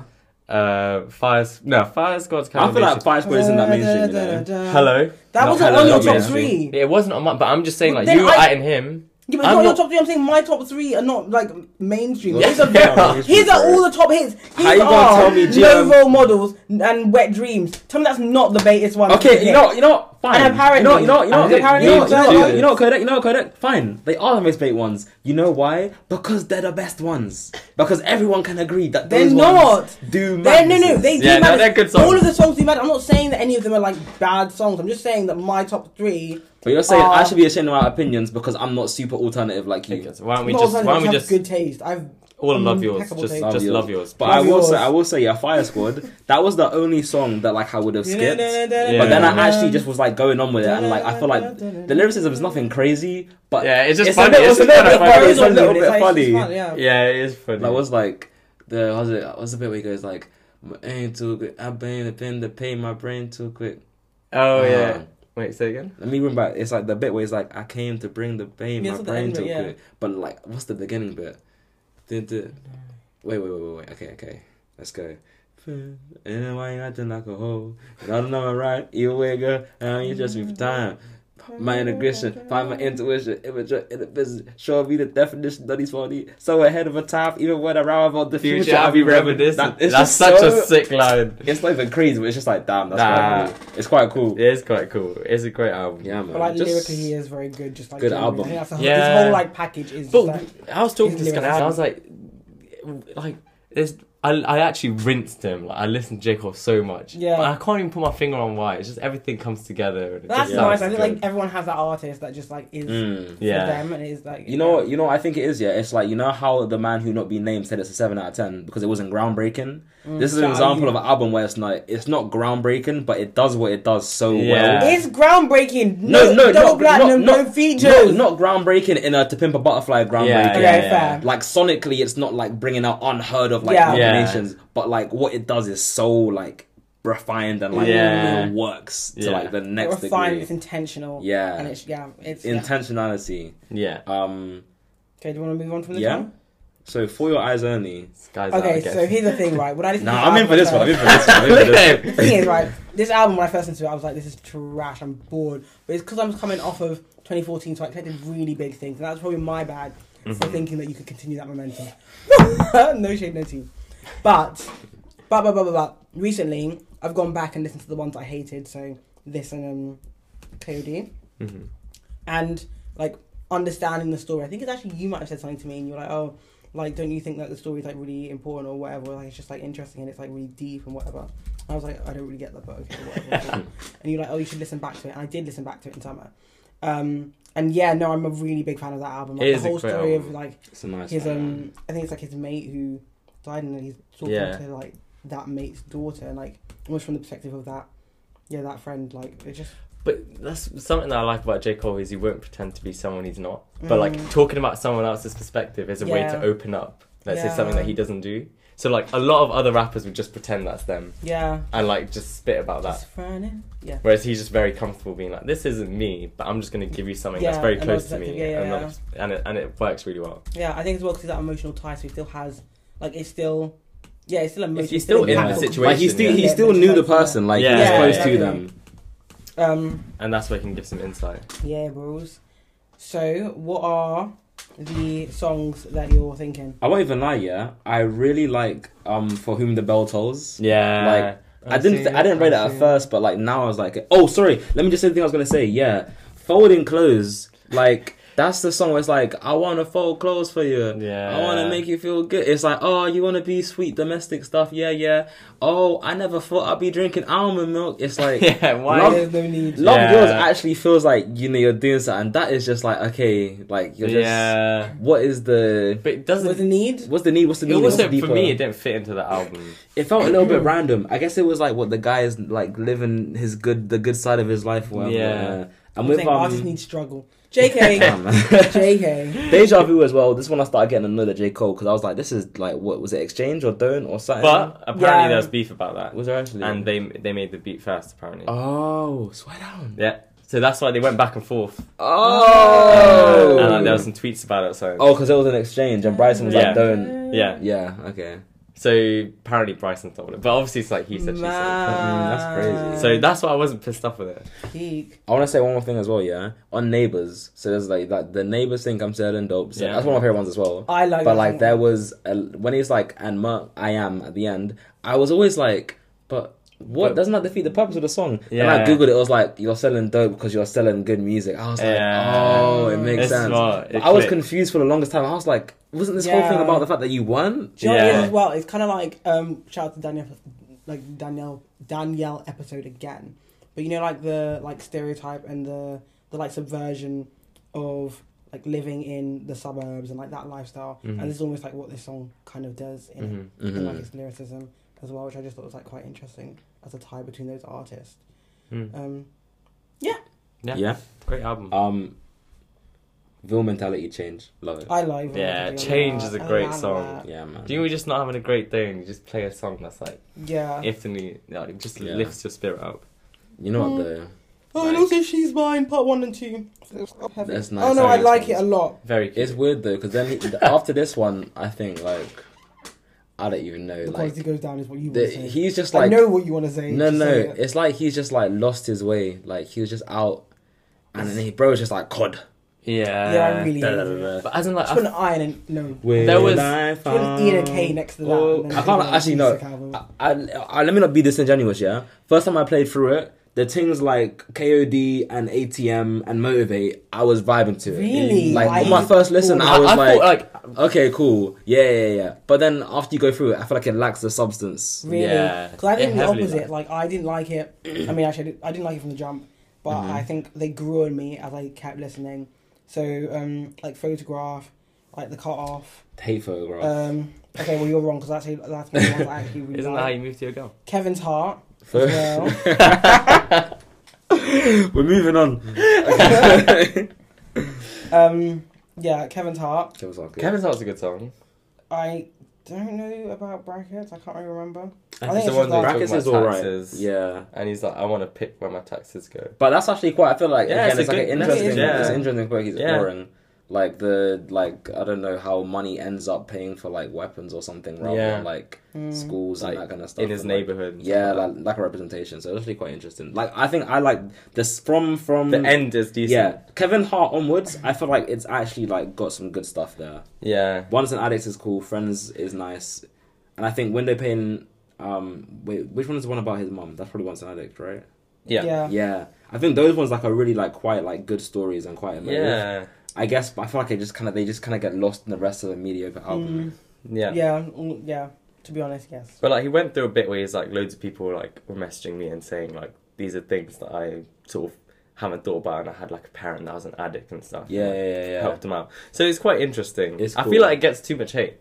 Uh, Fire. No, Fire Squad's kind
I
of.
feel like
mainstream.
Fire Squad isn't that mainstream. You know?
Hello.
That
Not
wasn't
Hello,
on your
not
top
mainstream.
three.
It wasn't on my. But I'm just saying,
Well,
like
then
you were
I-
at him.
Yeah, but it's
I'm
not your
not-
top three. I'm saying my top three are not like mainstream.
Yeah.
These are
Yeah.
These are all the top hits. These
you
are
gonna tell me
no
GM?
role models and wet dreams. Tell me that's not the baitest one.
Okay, you know, you know, fine.
And apparently-
you know, you know, you know,
and
you know,
apparently-
you know, you know,
Yeah,
you know,
yeah.
you know, Kodak, you know, Kodak. Fine, they are the most bait ones. You know why? Because they're the best ones. Because everyone can agree that
They're
those
not.
ones do.
They're, no, no,
madnesses.
they do
Yeah, no,
matter.
they're good songs.
All of the songs do matter. I'm not saying that any of them are like bad songs. I'm just saying that my top three.
But you're saying
are-
I should be ashamed of my opinions because I'm not super alternative like you.
Okay, so why don't we
not
just?
all
Why
songs,
don't we
have
just?
good taste. I've
All love yours.
impeccable
Just,
taste.
Love
just
yours.
love yours.
But
Love
I will
yours.
say, I will say, yeah, Fire Squad. That was the only song that like I would have skipped. But then I actually just was like going on with it, and like I feel like the lyricism is nothing crazy, but
Yeah, it's just
a
funny,
bit-
it's
It's a
just
little
kinda
bit
funny.
funny.
It's
It's a
on
little
you, it's
bit
like-
funny.
it's fun, yeah.
yeah, it is funny.
That was like the what was it what was the bit where he goes like my aim too quick, I bang the pen to pay my brain too quick.
oh yeah.
Ah.
Um,
Wait, say again.
Let me remember. It's like the bit where it's like I came to bring the pain,
Yeah,
my
it's at the
brain
end
too
bit, yeah.
quick. But like, what's the beginning bit? Did the wait, wait, wait, wait, wait. Okay, okay, let's go. And then why you acting like a hoe? And I don't know I'm right. You way, girl. And you just me for time. My integration, find my intuition, immature in the business, show me the definition of these 40. So ahead of a time, even when around about the future, I'll be reminiscent. That- it's
That's
just
such
so-
a sick line.
It's not even crazy, but it's just like, damn, that's
Nah.
quite cool. It's quite cool.
It is quite cool. It's a great album.
Yeah, man.
But like
Just-
lyrically, he is very good. Just like
Good
generally. I
album.
think that's the whole,
Yeah.
His whole like package is.
But
just, like,
I was talking to
He's
this guy.
living
and I
out.
was like, like there's. I, I actually rinsed him. Like I listened to Jacob so much.
Yeah.
But I can't even put my finger on why. It's just everything comes together. And it
that's
just
nice. I
sounds
think
good.
like everyone has that artist that just like is
Hmm.
Mm.
for
Yeah.
them and it is like
You know what? You know what I think it is. Yeah, it's like you know how the man who not be named said it's a seven out of ten because it wasn't groundbreaking. This is an
So,
example
you-
of an album where it's not it's not groundbreaking, but it does what it does so
Yeah.
well.
It's groundbreaking.
No, no,
double
not,
platinum,
not, not,
no features.
No, not groundbreaking in a To Pimp a Butterfly groundbreaking.
Yeah,
okay,
yeah,
fair.
Like sonically, it's not like bringing out unheard of like
Yeah.
Yeah.
combinations, but like what it does is so like refined and like
Yeah.
works to
Yeah.
like the next
It's refined,
degree.
it's intentional.
Yeah.
And it's yeah, it's yeah.
Intentionality.
yeah.
Um.
Okay, do you want to move on from this
Yeah.
one?
So for your eyes only.
This guy's out, I
Okay,
guess.
so here's the thing, right? When I listen to
Nah, I'm in for this one. I'm in
album
for this one. I'm in for this
first-
one.
The thing is, right, this album when I first listened to it, I was like, this is trash. I'm bored. But it's because I'm coming off of 2014, so I expected really big things, and that's probably my bad for thinking that you could continue that momentum. no shade, no tea. But, but, but, but, but, but, recently I've gone back and listened to the ones I hated. So this and um, Cody.
Mhm.
and like understanding the story. I think it's actually you might have said something to me, and you were like, "Oh, like don't you think that the story's like really important or whatever? Like it's just like interesting and it's like really deep and whatever." I was like, "I don't really get that, but okay, whatever." cool." and you're like, "Oh, you should listen back to it." And I did listen back to it in summer. Um, and yeah, no, I'm a really big fan of that album. Like,
It
the
is a
whole
great
story of
album.
like
It's a nice
his
one.
um, I think it's like his mate who died, and then he's talking
Yeah.
to like that mate's daughter, and like almost from the perspective of that, yeah, that friend. Like it just
But that's something that I like about J. Cole is he won't pretend to be someone he's not. But like talking about someone else's perspective is a way
Mm. Yeah.
to open up. Let's say something
Yeah.
that he doesn't do. So like a lot of other rappers would just pretend that's them
yeah,
and like just spit about that.
just frowning. Yeah.
Whereas he's just very comfortable being like, "This isn't me, but I'm just going to give you something
Yeah,
that's very
another
close to me,"
perspective, yeah,
and,
yeah,
not- and it and it works really well.
Yeah, I think as well because that emotional tie, so he still has like it's still, yeah, it's still emotional.
he's still in the
impactful.
situation,
Like he still
yeah.
he still knew the person. Like
Yeah,
he was
yeah,
close
yeah,
to
yeah.
them.
Um,
and that's where he can give some insight.
yeah, bros. So, what are the songs that you're thinking?
I won't even lie, yeah. I really like um for whom the bell tolls.
Yeah,
I didn't I didn't rate it at first, but like now I was like, oh sorry, let me just say the thing I was gonna say. Yeah, folding clothes, like that's the song where it's like, I wanna fold clothes for you.
Yeah.
I wanna make you feel good. It's like, oh, you wanna be sweet domestic stuff. Yeah, yeah. Oh, I never thought I'd be drinking almond milk. It's like.
yeah, why?
Love-
There's no need.
Love
Yeah.
yours actually feels like you know you're doing something. and That is just like okay, like you're just.
yeah,
What is the
but it
Was the
doesn't.
need?
what's the need? What's the
It
need? What's the
wasn't for
deeper?
me. It didn't fit into the album.
It felt a little bit random. I guess it was like what the guy is like living his good, the good side of his life. Or whatever.
Yeah.
yeah. And
I'm
with
saying artists
um,
need to struggle. JK.
um,
JK.
deja vu as well. This one I started getting another J Cole because I was like, this is like what was it exchange or don't or something?
But apparently
Yeah.
there was beef about that,
was there actually?
and they they made the beat first apparently.
oh, swear down.
Yeah, so that's why they went back and forth. And
Oh.
like, Uh, there was some tweets about it. So
oh, because it was an exchange and Bryson was
Yeah.
like, don't.
yeah,
Yeah. Okay.
so apparently Bryson told it, but obviously it's like he said she said.
Mm, that's crazy.
So that's why I wasn't pissed off with it.
Peak.
I want to say one more thing as well, yeah. On neighbors, so there's like that the neighbors think I'm sad and dope. So
Yeah.
that's one of my favorite ones as well.
I like
but
that
like
song.
there was a, when he's like and ma, I am at the end. I was always like, but what
But-
doesn't that defeat the purpose of the song? And
Yeah.
I googled it. It was like you're selling dope because you're selling good music. I was like,
Yeah.
oh, it makes
It's
sense.
smart.
But
It
I was
clicked.
confused for the longest time. I was like, wasn't this whole
Yeah.
thing about the fact that you won?
Do you know what it is
Yeah.
as well? It's kind of like um, shout out to Danielle, like Danielle Danielle episode again. But you know, like the like stereotype and the the like subversion of like living in the suburbs and like that lifestyle.
Mhm.
And this is almost like what this song kind of does in it,
Mhm.
and like
Mhm.
its lyricism as well, which I just thought was like quite interesting as a tie between those artists.
Mm.
Um,
Yeah.
yeah.
Great album.
Um, Ville mentality change. Love it.
I like.
Yeah,
Vanilla
Change is a
Vanilla. I
great
love
song.
that.
yeah, man.
Do you know we're just not having a great day and you just play a song that's like
Yeah.
instantly like it just
Yeah.
lifts your spirit up?
you know what the.
oh, and
Nice.
also she's mine. Part one and two. Perfect.
That's nice.
Oh no, I
Nice
like
ones.
it a lot.
Very cute.
It's weird though, because then he- after this one, I think like I don't even know.
The
Like
quality goes down is what you
the,
want to say.
he's just
I
like
know what you want to say.
no,
just
no.
say it.
It's like he's just like lost his way. Like he was just out, and then he bro was just like cod.
yeah.
Yeah, I really
Da,
hate
da, da,
it.
da.
But as in like,
Just
I-
put an I and a no.
When
There was-
I
Put an E and a K
found-
next to that.
Oh,
and then
I can't
put an
actually no.
acoustic album.
I, I, I- let me not be disingenuous. Yeah, first time I played through it, the things like KOD and ATM and Motivate, I was vibing to it.
Really?
Like
I
on my
used-
first listen,
Oh,
I was
I
like,
thought, like-
okay, cool, yeah, yeah, yeah. But then after you go through it, I feel like it lacks the substance.
Really?
Yeah,
Because I
it
think the
heavily
opposite. Like I didn't like it. I mean, actually, I didn't, I didn't like it from the jump, but
Mm-hmm.
I think they grew on me as I kept listening. So, um, like photograph, like the cut off.
Hate photograph.
Um, okay, well you're wrong because that's that's one of the ones I actually really
isn't that how
like.
you move to your goal?
Kevin's heart. As
Pho-
well.
We're moving on.
um, yeah, Kevin's heart.
Kevin's not good.
Kevin's Heart's a good song.
I don't know about brackets. I can't really remember. I think
It's the
it's just
one that
like-
talking
brackets is
about
alright.
taxes.
Yeah.
And he's like, I want to pick where my taxes go.
But that's actually quite. I feel like
Yeah,
again,
it's
it's,
a
like
good
an
message,
interesting,
yeah.
it's an interesting quirk he's
Yeah.
exploring. Like the like, I don't know how money ends up paying for like weapons or something rather
Yeah.
than like schools
Like,
and that kind of stuff
in his
and, like,
neighborhood. and
yeah,
stuff like
like lack of representation. So it's actually quite interesting. Like I think I like this from from
that. the end is decent.
Yeah, Kevin Hart onwards, I feel like it's actually like got some good stuff there.
Yeah.
Once an addict is cool, Friends is nice, and I think window pane. Um, wait, which one is the one about his mum? That's probably Once an Addict, right?
Yeah. Yeah.
Yeah.
Yeah, I think those ones like are really like quite like good stories and quite emotive.
Yeah.
I guess, but I feel like it just kind of they just kind of get lost in the rest of the mediocre
Hmm.
album.
Yeah. Yeah. mm, yeah. To be honest, yes.
But like, he went through a bit where he's like, loads of people like were messaging me and saying like, these are things that I sort of haven't thought about, and I had like a parent that was an addict and stuff.
Yeah,
and,
yeah,
like,
yeah, yeah.
Helped him out. So it's quite interesting.
It's
I
cool.
feel like it gets too much hate.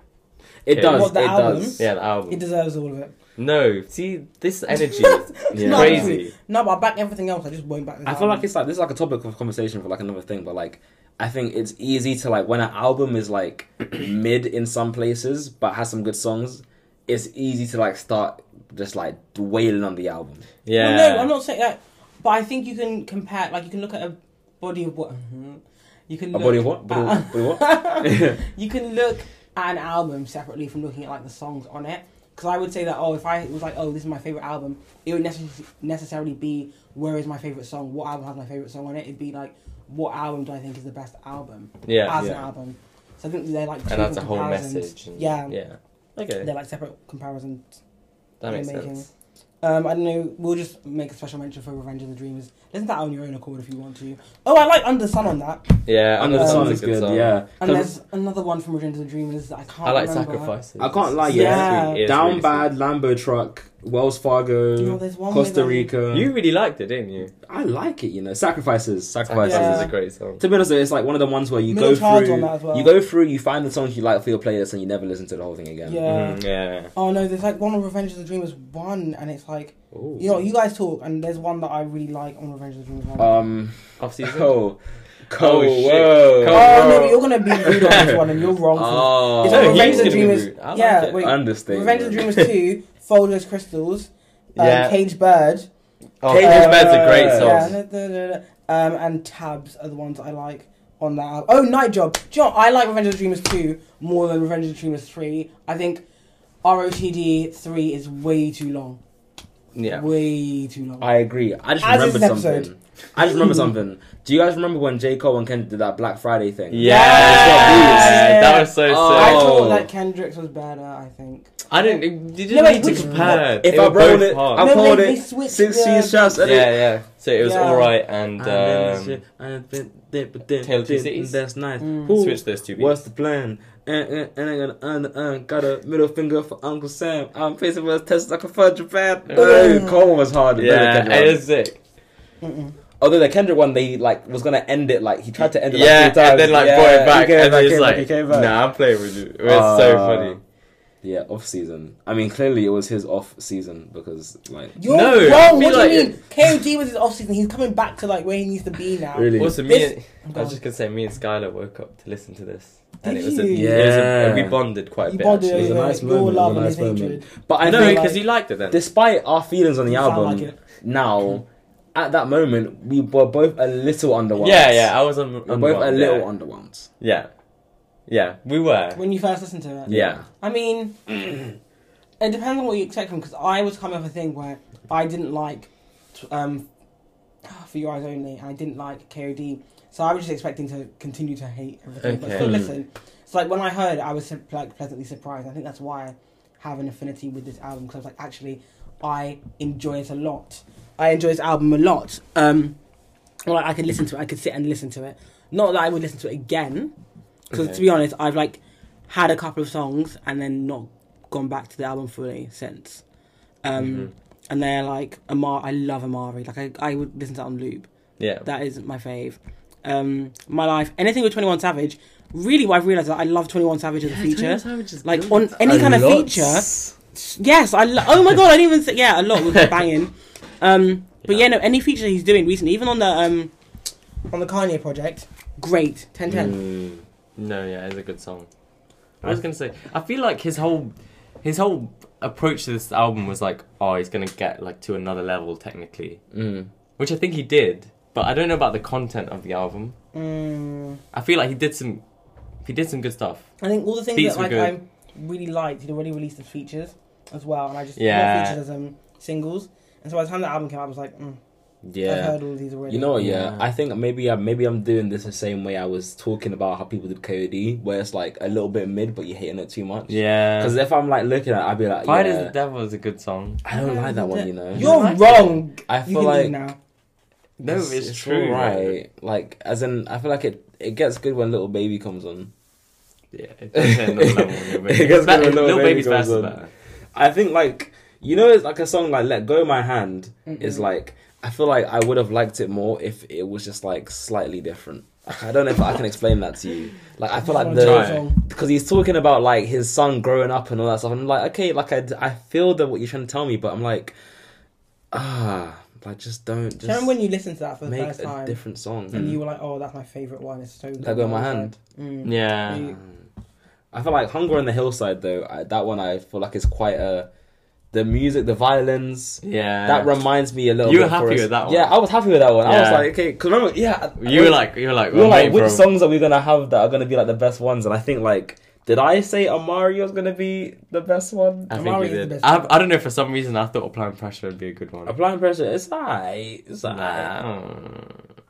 It
Yeah.
does.
What, the
it
album?
does.
Yeah, the album.
It deserves all of it.
No, see this energy.
It's
Yeah.
not
Crazy.
true. No, but I back everything else. I just won't back. This
I feel like it's like this is like a topic of conversation for like another thing, but like I think it's easy to like when an album is like mid in some places but has some good songs, it's easy to like start just like wailing on the album.
yeah.
Well, no, I'm not saying that. But I think you can compare. Like you can look at a body of what. mm-hmm. You can
A
look,
body of what? Body of, body of what?
you can look at an album separately from looking at like the songs on it. Because I would say that oh, if I was like oh, this is my favorite album, it would necess- necessarily be where is my favorite song? What album has my favorite song on it? It'd be like what album do I think is the best album
Yeah,
as an
yeah.
album? So I think they're like
And that's a
different
whole
comparisons.
message. and-
Yeah.
Yeah. Okay.
They're like separate comparisons.
that makes
amazing.
sense.
Um, I don't know. We'll just make a special mention for Revenge of the Dreamers. Listen to that on your own accord if you want to. Oh, I like Under the Sun on that.
Yeah,
Under the
Um,
Sun
Sun's
is
a
good,
song.
yeah.
And
'Cause
there's another one from Revenge of the Dreamers that I can't.
I like
remember.
sacrifices.
I can't lie,
It's
yeah.
sweet, it's
Down
really
Bad, Lambo Truck, Wells Fargo,
You know, there's one with,
Costa
um,
Rica.
sweet. You really liked it, didn't you?
I like it, you know. Sacrifices,
Sacrifices
sacrifices.
Yeah.
is a great song.
To be honest, though, it's like one of the ones where you
Middle
go
Child's
through,
on that as well.
you go through, you find the songs you like for your playlist, and you never listen to the whole thing again.
Yeah.
Mhm, yeah.
Oh no, there's like one on Revenge of the Dreamers one, and it's like
Ooh.
you know you guys talk, and there's one that I really like on Revenge of the Dreamers.
Uh,
One.
Um.
off season. Oh,
Oh.
shit.
whoa.
Cold
oh no,
War.
you're gonna be rude on this one, and you're wrong. For
Oh.
It's
No,
Revenge
he's
of the
gonna be
Dreamers-
rude. I like
yeah,
it.
wait. this.
Understatement.
Revenge of the Dreamers two, Folder's Crystals, um,
Yeah.
Cage Bird,
Oh,
Cage
Cage
is
Bird's a great
bad.
song.
yeah, da, da, da, da. um, and Tabs are the ones I like on that. Album. Oh, Night Job. Do you know what? I like Revenge of the Dreamers two more than Revenge of the Dreamers three. I think ROTD three is way too long.
Yeah.
Way too long.
I agree. I just
As is
remembered
this
something.
episode.
I just remember something. Do you guys remember when J. Cole and Kendrick did that Black Friday thing?
Yeah.
That was so
Oh.
I
sick.
thought that Kendrick's was better. I think.
I didn't. You
No,
didn't
wait,
need to
which-
compare.
If
They
I
were both
roll it,
hard.
I
No,
rolled
they- they
it.
switched
Since
the-
she's just
yeah, yeah. So it was
Yeah.
alright, and um, Tale
Taylor
of Two Cities?
That's nice.
Mm.
Who-
switch those two beats.
What's the plan? And uh, uh, uh, uh, uh, got a middle finger for Uncle Sam. I'm facing with tests like a fudge Japan.
Mm.
Uh, Cole was hard. than the
Yeah,
Kendrick
it
one.
is sick.
Mm-mm.
Although the Kendrick one, they like was gonna end it like he tried to end it.
yeah,
like, three times.
and then like
yeah,
brought
he
it back,
came
and
back,
then it's
came back,
like,
he came back.
nah, I'm playing with you. It's so
Uh,
funny.
Yeah, off season. I mean, clearly it was his off season because like
You're
No, I
wrong. What
feel
do
like
you
it-
mean? KOD was his off season. He's coming back to like where he needs to be now.
really.
Also, me,
This-
and,
Oh,
I was
God.
just gonna say, me and Skylar woke up to listen to this, and
Did
it was a,
you?
it was a-
Yeah.
we bonded quite a
You
bit.
bonded
It
actually.
was a
over
nice
your
moment,
love
it
and
was
his
a nice
hatred.
But I
I
You
know
know
feel
because
like-
you liked it then.
despite our feelings on the
Doesn't sound
album
like it.
now, at that moment we were both a little underwhelmed.
yeah, yeah, I was on.
we were both a
underwhelmed,
little
yeah.
underwhelmed.
Yeah, yeah, we were.
When you first listen to it.
Yeah,
I mean, it depends on what you expect from. Because I was coming off a thing where I didn't like, um, for your eyes only, and I didn't like KOD, so I was just expecting to continue to hate everything. But
Okay.
still,
Mm.
listen. It's like when I heard, it, I was sim- like pleasantly surprised. I think that's why I have an affinity with this album because I was like, actually, I enjoy it a lot. I enjoy this album a lot. Um, well, I could listen to it. I could sit and listen to it. Not that I would listen to it again, because
Okay.
to be honest, I've like had a couple of songs and then not gone back to the album fully since. Um,
Mhm.
And they're like Amar. I love Amari. Like I, I would listen to that on loop.
yeah.
That is my fave. Um, my life. Anything with Twenty One Savage. Really, what I've realized that I love Twenty One Savage as a feature. Like on any kind of feature. Yes, I. Lo- oh my god, I didn't even say. Yeah, a lot was banging. Um, but yeah.
Yeah.
no, any feature he's doing recently, even on the um, on the Kanye project, great. Ten
Mm.
ten.
Mm. No, yeah, it's a good song. I was gonna say, I feel like his whole, his whole approach to this album was like, oh, he's gonna get like to another level technically,
Mm.
which I think he did, but I don't know about the content of the album.
Mm,
I feel like he did some, he did some good stuff.
I think all the things
Beats
that
were
like
good.
I really liked, he'd already released the features as well, and I just
Yeah.
yeah features as um singles. And so by the time the album came out, I was like, mm, I've heard all these already.
You know, what, yeah,
Yeah.
I think maybe I, maybe I'm doing this the same way I was talking about how people did KOD, where it's like a little bit mid, but you're hating it too much.
yeah.
Because if I'm like looking at, it, I'd be like,
Pride
yeah,
is the Devil is a good song.
I don't like that one. You know,
you're
like it.
wrong.
I
You
feel
can
like
leave now.
No, it's, true.
right. Like as in, I feel like it it gets good when little baby comes on.
Yeah, it does hit another level. Lil
It
Baby.
gets
That-
good when Lil
Lil
Baby
Baby's
goes
faster
on.
than that.
I think like you know, it's like a song like "Let Go My Hand" is like I feel like I would have liked it more if it was just like slightly different. I don't know if I can explain that to you. Like I feel like
It's not a
the
Try.
song.
because he's talking about like his son growing up and all that stuff. And I'm like, okay, like I, I feel that what you're trying to tell me, but I'm like, ah, like just don't. Just
Do you remember when you listened to that for the
make
first
a
time,
different song.
and you were like, oh, that's my favorite one. It's so.
Let go of my hand.
Mm.
Yeah.
You-
I feel like Hunger on the Hillside though. I, that one I feel like is quite a the music, the violins.
Yeah.
That reminds me a little.
You
bit
were happy
for us.
with that one?
Yeah, I was happy with that one. I was
Yeah.
like, okay, because remember, yeah, I-
You
I-
were like, you were like,
we were
well,
like,
mate,
which
bro.
songs are we gonna have that are gonna be like the best ones? And I think like Did I say Amari was gonna be the best one?
I think
Amari
you
is the
did.
best
I, I don't know. For some reason, I thought applying pressure would be a good one.
Applying pressure, it's alright. It's alright.
Nah.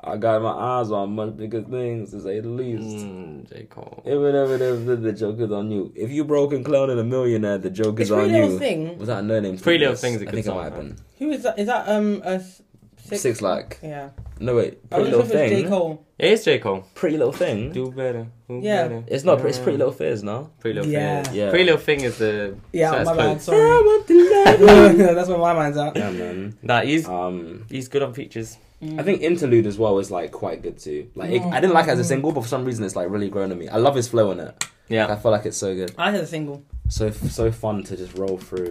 I got my eyes on much bigger things to say the least.
Mm, J Cole.
Even if it is the joke is on you. If you broke and cloned and a millionaire, the joke is
It's Pretty
on
Little
you.
Thing.
Was that no name?
Pretty Little Thing's a
I
good
think
song,
it might have
man.
been.
Who is that? Is that um a s- six?
Six like
Yeah.
no wait.
I
Pretty
was
little
if it's J
thing.
Cole.
It is J Cole.
Pretty little thing.
Do better. Do
Yeah.
better.
It's not. It's pretty little fizz, no.
Pretty little
Yeah.
thing.
Yeah.
Pretty little thing is the
Yeah,
so it's
my bad.
close.
Sorry. That's where my mind's at.
Yeah, man.
Nah, he's
Um,
he's good on features.
I think interlude as well is like quite good too. Like it, I didn't like it as a single, but for some reason it's like really grown on me. I love his flow on it. Like, I
Yeah.
feel like it's so good.
I had a single.
so so fun to just roll through.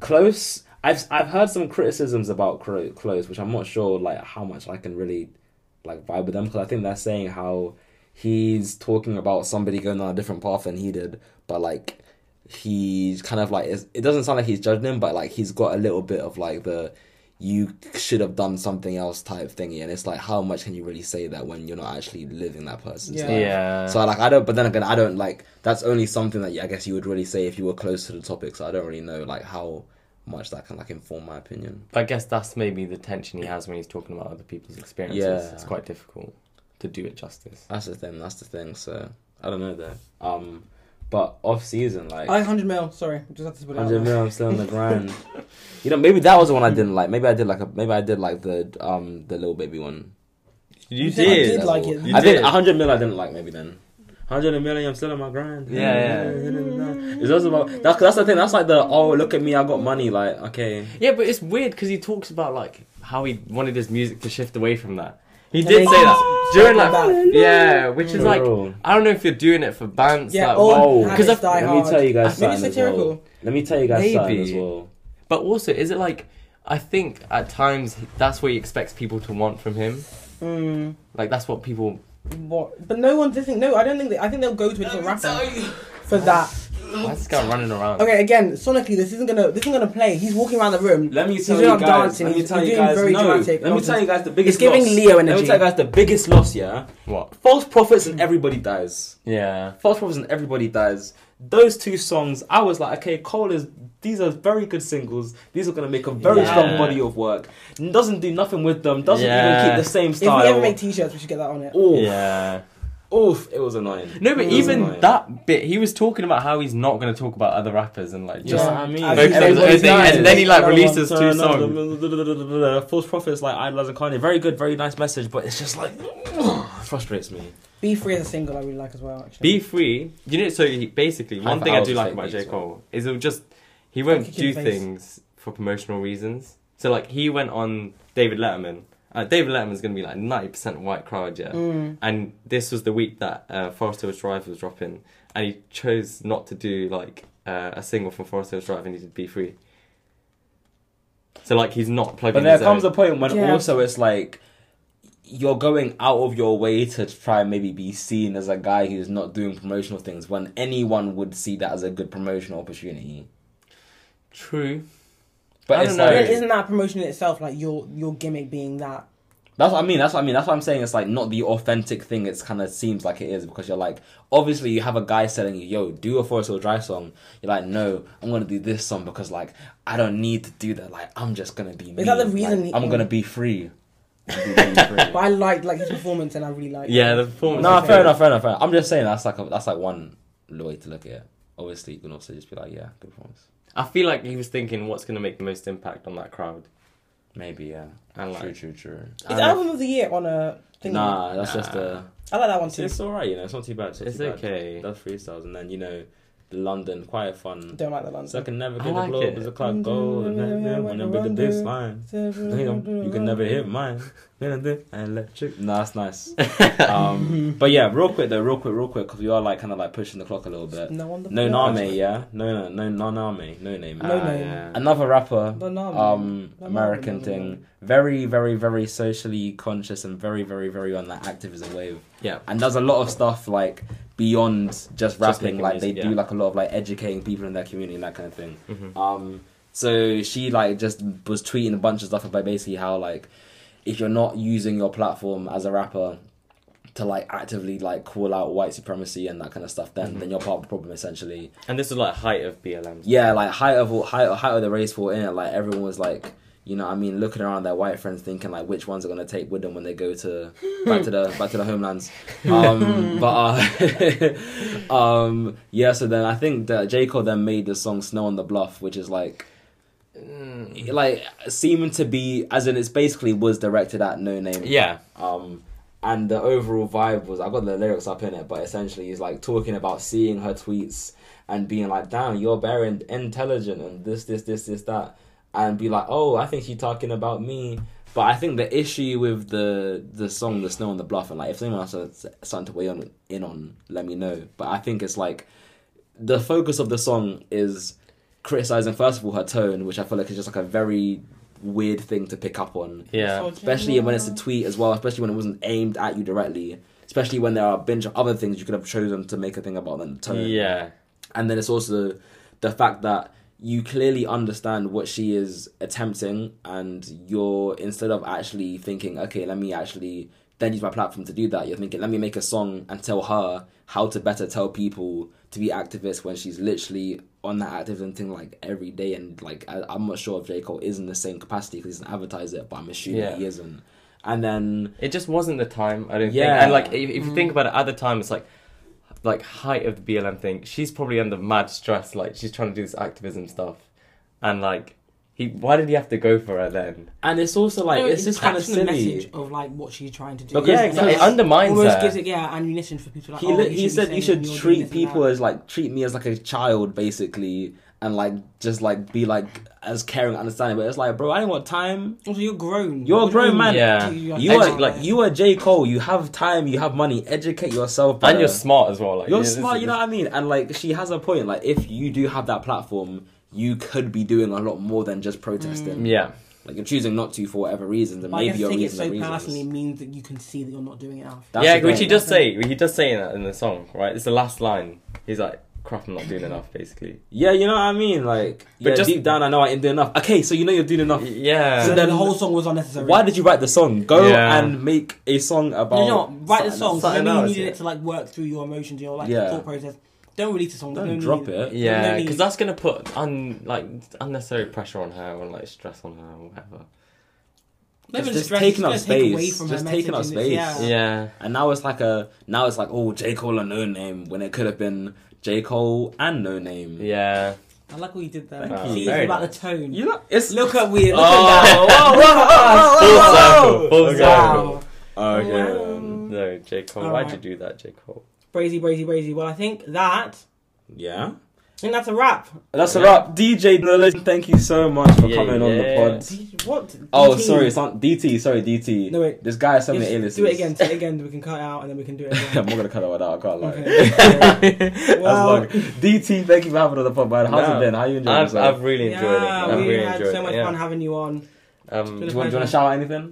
Close. I've I've heard some criticisms about Cro- close, which I'm not sure like how much I can really like vibe with them because I think they're saying how he's talking about somebody going on a different path than he did, but like he's kind of like is- it doesn't sound like he's judging him, but like he's got a little bit of like the you should have done something else type thingy, and it's like how much can you really say that when you're not actually living that person's
Yeah.
life?
Yeah.
So like I don't, but then again I don't like. That's only something that I guess you would really say if you were close to the topic. So I don't really know like how much that can like inform my opinion.
I guess that's maybe the tension he has when he's talking about other people's experiences.
Yeah.
It's quite difficult to do it justice.
That's the thing. That's the thing. So I don't know though. Um, but off season like
I had 100 mil. Sorry, just have to put it out.
hundred
there.
mil, I'm still on the grind. You know, maybe that was the one I didn't like. Maybe I did like a. Maybe I did like the um the little baby one.
You,
said I did
That's
like
all.
it.
You
I
did.
think hundred mil I didn't like. Maybe then. Hundred million, I'm still on my grind.
Yeah, yeah.
It's also about that's that's the thing. That's like the oh look at me, I got money. Like okay,
Yeah, but it's weird because he talks about like how he wanted his music to shift away from that. He
And
did
then
say
he
that during like
back.
yeah, which is like
Bro.
I don't know if you're doing it for bands.
Yeah,
like,
or-
what-
Oh,
'Cause
Habits
I've-
Die
let
Hard.
me tell you guys
Maybe
something as
satirical.
well. Let me tell you guys something
Maybe.
as well.
but also is it like I think at times that's what he expects people to want from him.
Mm,
Like that's what people.
what? But no one's listening. No, I don't think. They, I think they'll go to a different rapper for that.
Why is this guy running around?
Okay, again, sonically, this isn't gonna. This isn't gonna play. He's walking around the room.
Let me
He's
tell
doing
you
up
guys.
dancing,
let me
he's-
tell
he's
you
doing
guys.
very
no.
dramatic
Let me tell you guys the biggest.
It's giving
loss.
Leo
Let
energy.
me tell you guys the biggest loss. Yeah,
What?
false prophets and everybody dies.
Yeah.
False prophets and everybody dies. Those two songs, I was like, okay, Cole is. These are very good singles. These are gonna make a very
Yeah.
strong body of work. Doesn't do nothing with them. Doesn't even
Yeah.
keep the same
If we
style.
ever make t-shirts, we should get that on it.
Oof,
Yeah.
oof, it was annoying.
No, but
It was
even
annoying.
that bit, he was talking about how he's not going to talk about other rappers and like just.
Just-
Yeah.
I mean,
As
he said,
everybody's
and then- and then he, like,
nice.
releases two
Turn on
songs.
the- False prophets like idolizing Kanye. Very good, very nice message, but it's just like frustrates me.
B free is a single I really like as well. Actually,
Be free. You know, so he, basically, one
High
thing I
five,
do
I'll
like
take
about J.
these,
Cole is he'll just. He
I'll
won't
kick you
do
in the face.
things for promotional reasons. So, like, he went on David Letterman. Uh, David Letterman's going to be like 90% white crowd, yeah.
Mm.
And this was the week that uh, Forest Hills Drive was dropping. And he chose not to do, like, uh, a single from Forest Hills Drive and he did Be Free. So, like, he's not plugging
But there
his own.
comes a point when
Yeah.
also it's like you're going out of your way to try and maybe be seen as a guy who's not doing promotional things when anyone would see that as a good promotional opportunity.
True. I
But
don't
it's
know.
But
like
then isn't that promotion in itself? Like your your gimmick being that.
That's what I mean. That's what I mean. That's what I'm saying. It's like not the authentic thing. It's kind of seems like it is because you're like, obviously you have a guy telling you, "Yo, do a Forest Hill Drive song." You're like, "No, I'm gonna do this song because like I don't need to do that. Like I'm just gonna be me.
that the
Like,
reason-
I'm gonna be free." I'm gonna be
But
free.
I liked like his performance, and I really liked.
Yeah,
it.
the performance.
nah,
was
fair
good.
enough, fair enough, fair enough. I'm just saying that's like a, that's like one way to look at it. Obviously, you can also just be like, "Yeah, good performance."
I feel like he was thinking what's going to make the most impact on that crowd.
Maybe yeah.
And
true,
like,
true, true.
It's album of the year on a thing.
Nah, that's just
Nah.
a.
I like that one
It's,
too.
it's alright, you know. It's not too bad. It's, not
it's
too bad.
okay.
That's freestyles, and then you know, the London quite fun.
Don't like that one.
So I can never
I
get
like
the globe
it.
as a
Mm-hmm.
clock gold, and then then when I make a this line, you can never hit mine. Then I electric. Nah, that's nice. um, but yeah, real quick though, real quick, real quick, because we are like kind of like pushing the clock a little bit.
No one. the
No
floor.
Name, yeah, no, no, no, no Name, no Name. Uh,
No
Ah,
name.
yeah.
Another rapper,
No Name.
um,
No Name,
American
no
thing,
Name.
very, very, very socially conscious and very, very, very on that activism wave
Yeah.
and does a lot of stuff like beyond just rapping
making
like
music,
they do
yeah.
like a lot of like educating people in their community and that kind of thing
Mhm.
um so she like just was tweeting a bunch of stuff about basically how like if you're not using your platform as a rapper to like actively like call out white supremacy and that kind of stuff,
Mm-hmm.
then then you're part of the problem essentially.
And this is like height of BLM.
Yeah, like height of all, height, height of the race war in it. Like everyone was like, you know, what I mean, looking around their white friends, thinking like, which ones are gonna take with them when they go to back to the back to the homelands. Um, but uh, um, yeah, so then I think that J Cole then made the song "Snow on the Bluff," which is like. Like seeming to be as in it's basically was directed at no name
Yeah.
um and the overall vibe was i got the lyrics up in it but essentially he's like talking about seeing her tweets and being like damn you're very in- intelligent and this this this this that and be like oh i think she's talking about me but i think the issue with the the song the snow on the bluff and like if someone else has something to weigh on in on let me know but i think it's like the focus of the song is criticizing first of all her tone which i feel like is just like a very weird thing to pick up on
Yeah.
especially when it's a tweet as well, especially when it wasn't aimed at you directly, especially when there are a bunch of other things you could have chosen to make a thing about than the tone.
Yeah.
And then it's also the fact that you clearly understand what she is attempting, and you're instead of actually thinking, okay, let me actually then use my platform to do that, you're thinking, let me make a song and tell her how to better tell people to be activists when she's literally on that activism thing like every day. And like, I, I'm not sure if J. Cole is in the same capacity because he doesn't advertise it, but I'm assuming
Yeah.
he isn't. And then,
It just wasn't the time, I don't
Yeah.
think. And like, if, if you think about it, at the time, it's like, like height of the BLM thing. She's probably under mad stress. Like, she's trying to do this activism stuff, and like, he. Why did he have to go for her then?
and it's also like,
No,
it's
it
just kind of
captures the
silly.
message of like what she's trying to do.
Because- Yeah,
And
exactly.
it's-
It
undermines
almost
her.
gives it yeah ammunition for people. Like,
he,
oh,
li-
you
he
shouldn't
said
be saying
you should
you're doing
treat
this and
people
that.
as like treat me as like a child basically and like just like be like as caring understanding but it's like bro i don't want time
Also, you're grown.
You're a
What do
grown
mean
man.
Yeah.
do
you
have
are
to do
like
that?
you are j cole you have time you have money educate yourself brother.
And you're smart as well. Like,
You're
yeah, this
smart
is-
you know what i mean and like she has a point like if you do have that platform you could be doing a lot more than just protesting
Yeah.
like you're choosing not to for whatever reasons and
But I
maybe
guess
your
taking it so
reason
personally means that you can see that you're not doing enough.
That's
yeah,
the
which
thing.
he does say. He does say in, that, in the song, right? It's the last line. He's like, "Crap, I'm not doing enough." Basically.
yeah you know what i mean like
But
yeah,
just-
deep down i know i ain't doing enough okay so you know you're doing enough
Yeah.
So
So
then
then-
the whole song was unnecessary.
Why did you write the song? Go
Yeah.
and make a song about.
you know what? Write the song.
Oh, something
So maybe
something
else.
you
else,
needed
yeah.
it to like work through your emotions, your like
Yeah.
thought process. Don't release the song.
Don't
there's no
drop
need.
it.
Yeah,
No need.
because that's gonna put un like unnecessary pressure on her and like stress on her or whatever.
Not even
It's just
stress,
taking up
gonna take away
space.
from
Just
her
taking up
message and
space.
it's- Yeah.
Yeah,
And now it's like a now it's like oh J Cole and No Name when it could have been J Cole and No Name.
yeah.
I like what you did there.
Thank
man.
you.
See,
Very
it's about
nice.
the tone.
You know it's
Look at weird. Look
Oh,
at
whoa, whoa, whoa, whoa, whoa, whoa,
Full
whoa.
that.
circle.
Wow.
Okay.
Um,
No, J Cole.
all
Why'd you
right.
do that, J Cole?
Brazy, brazy, brazy. Well, I think that.
Yeah.
I think that's a wrap.
That's a wrap. DJ Knowledge, thank you so much for
Yeah,
coming on the
yeah.
pod.
Did- What?
Oh,
DT?
sorry, it's not DT. Sorry, DT.
No, wait.
This guy has so
Just
many aliases.
Do it again. Do it again. We can cut it out and then we can do it
I'm
again.
not gonna cut that one out. I can't lie.
Okay. Well,
That's long. DT, thank you for having us on the pod, man. How's
No.
it been? How you enjoying
I've,
yourself?
I've really enjoyed it.
yeah,
I've
we
really
had
enjoyed
so
it.
much
yeah.
fun having you on.
Do
Um,
you want, do you want to shout out anything?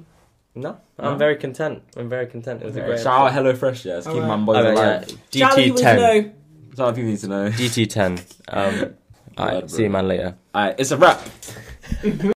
no, I'm
No?
very content. I'm very content. It was a great.
Shout out HelloFresh, yeah. It's keeping my
Alright.
boys alive.
Charlie, you
GT
want to
ten.
know?
That's all people need to know.
GT ten. Um,
Word,
alright, see you
bro.
man later.
Alright, it's a wrap.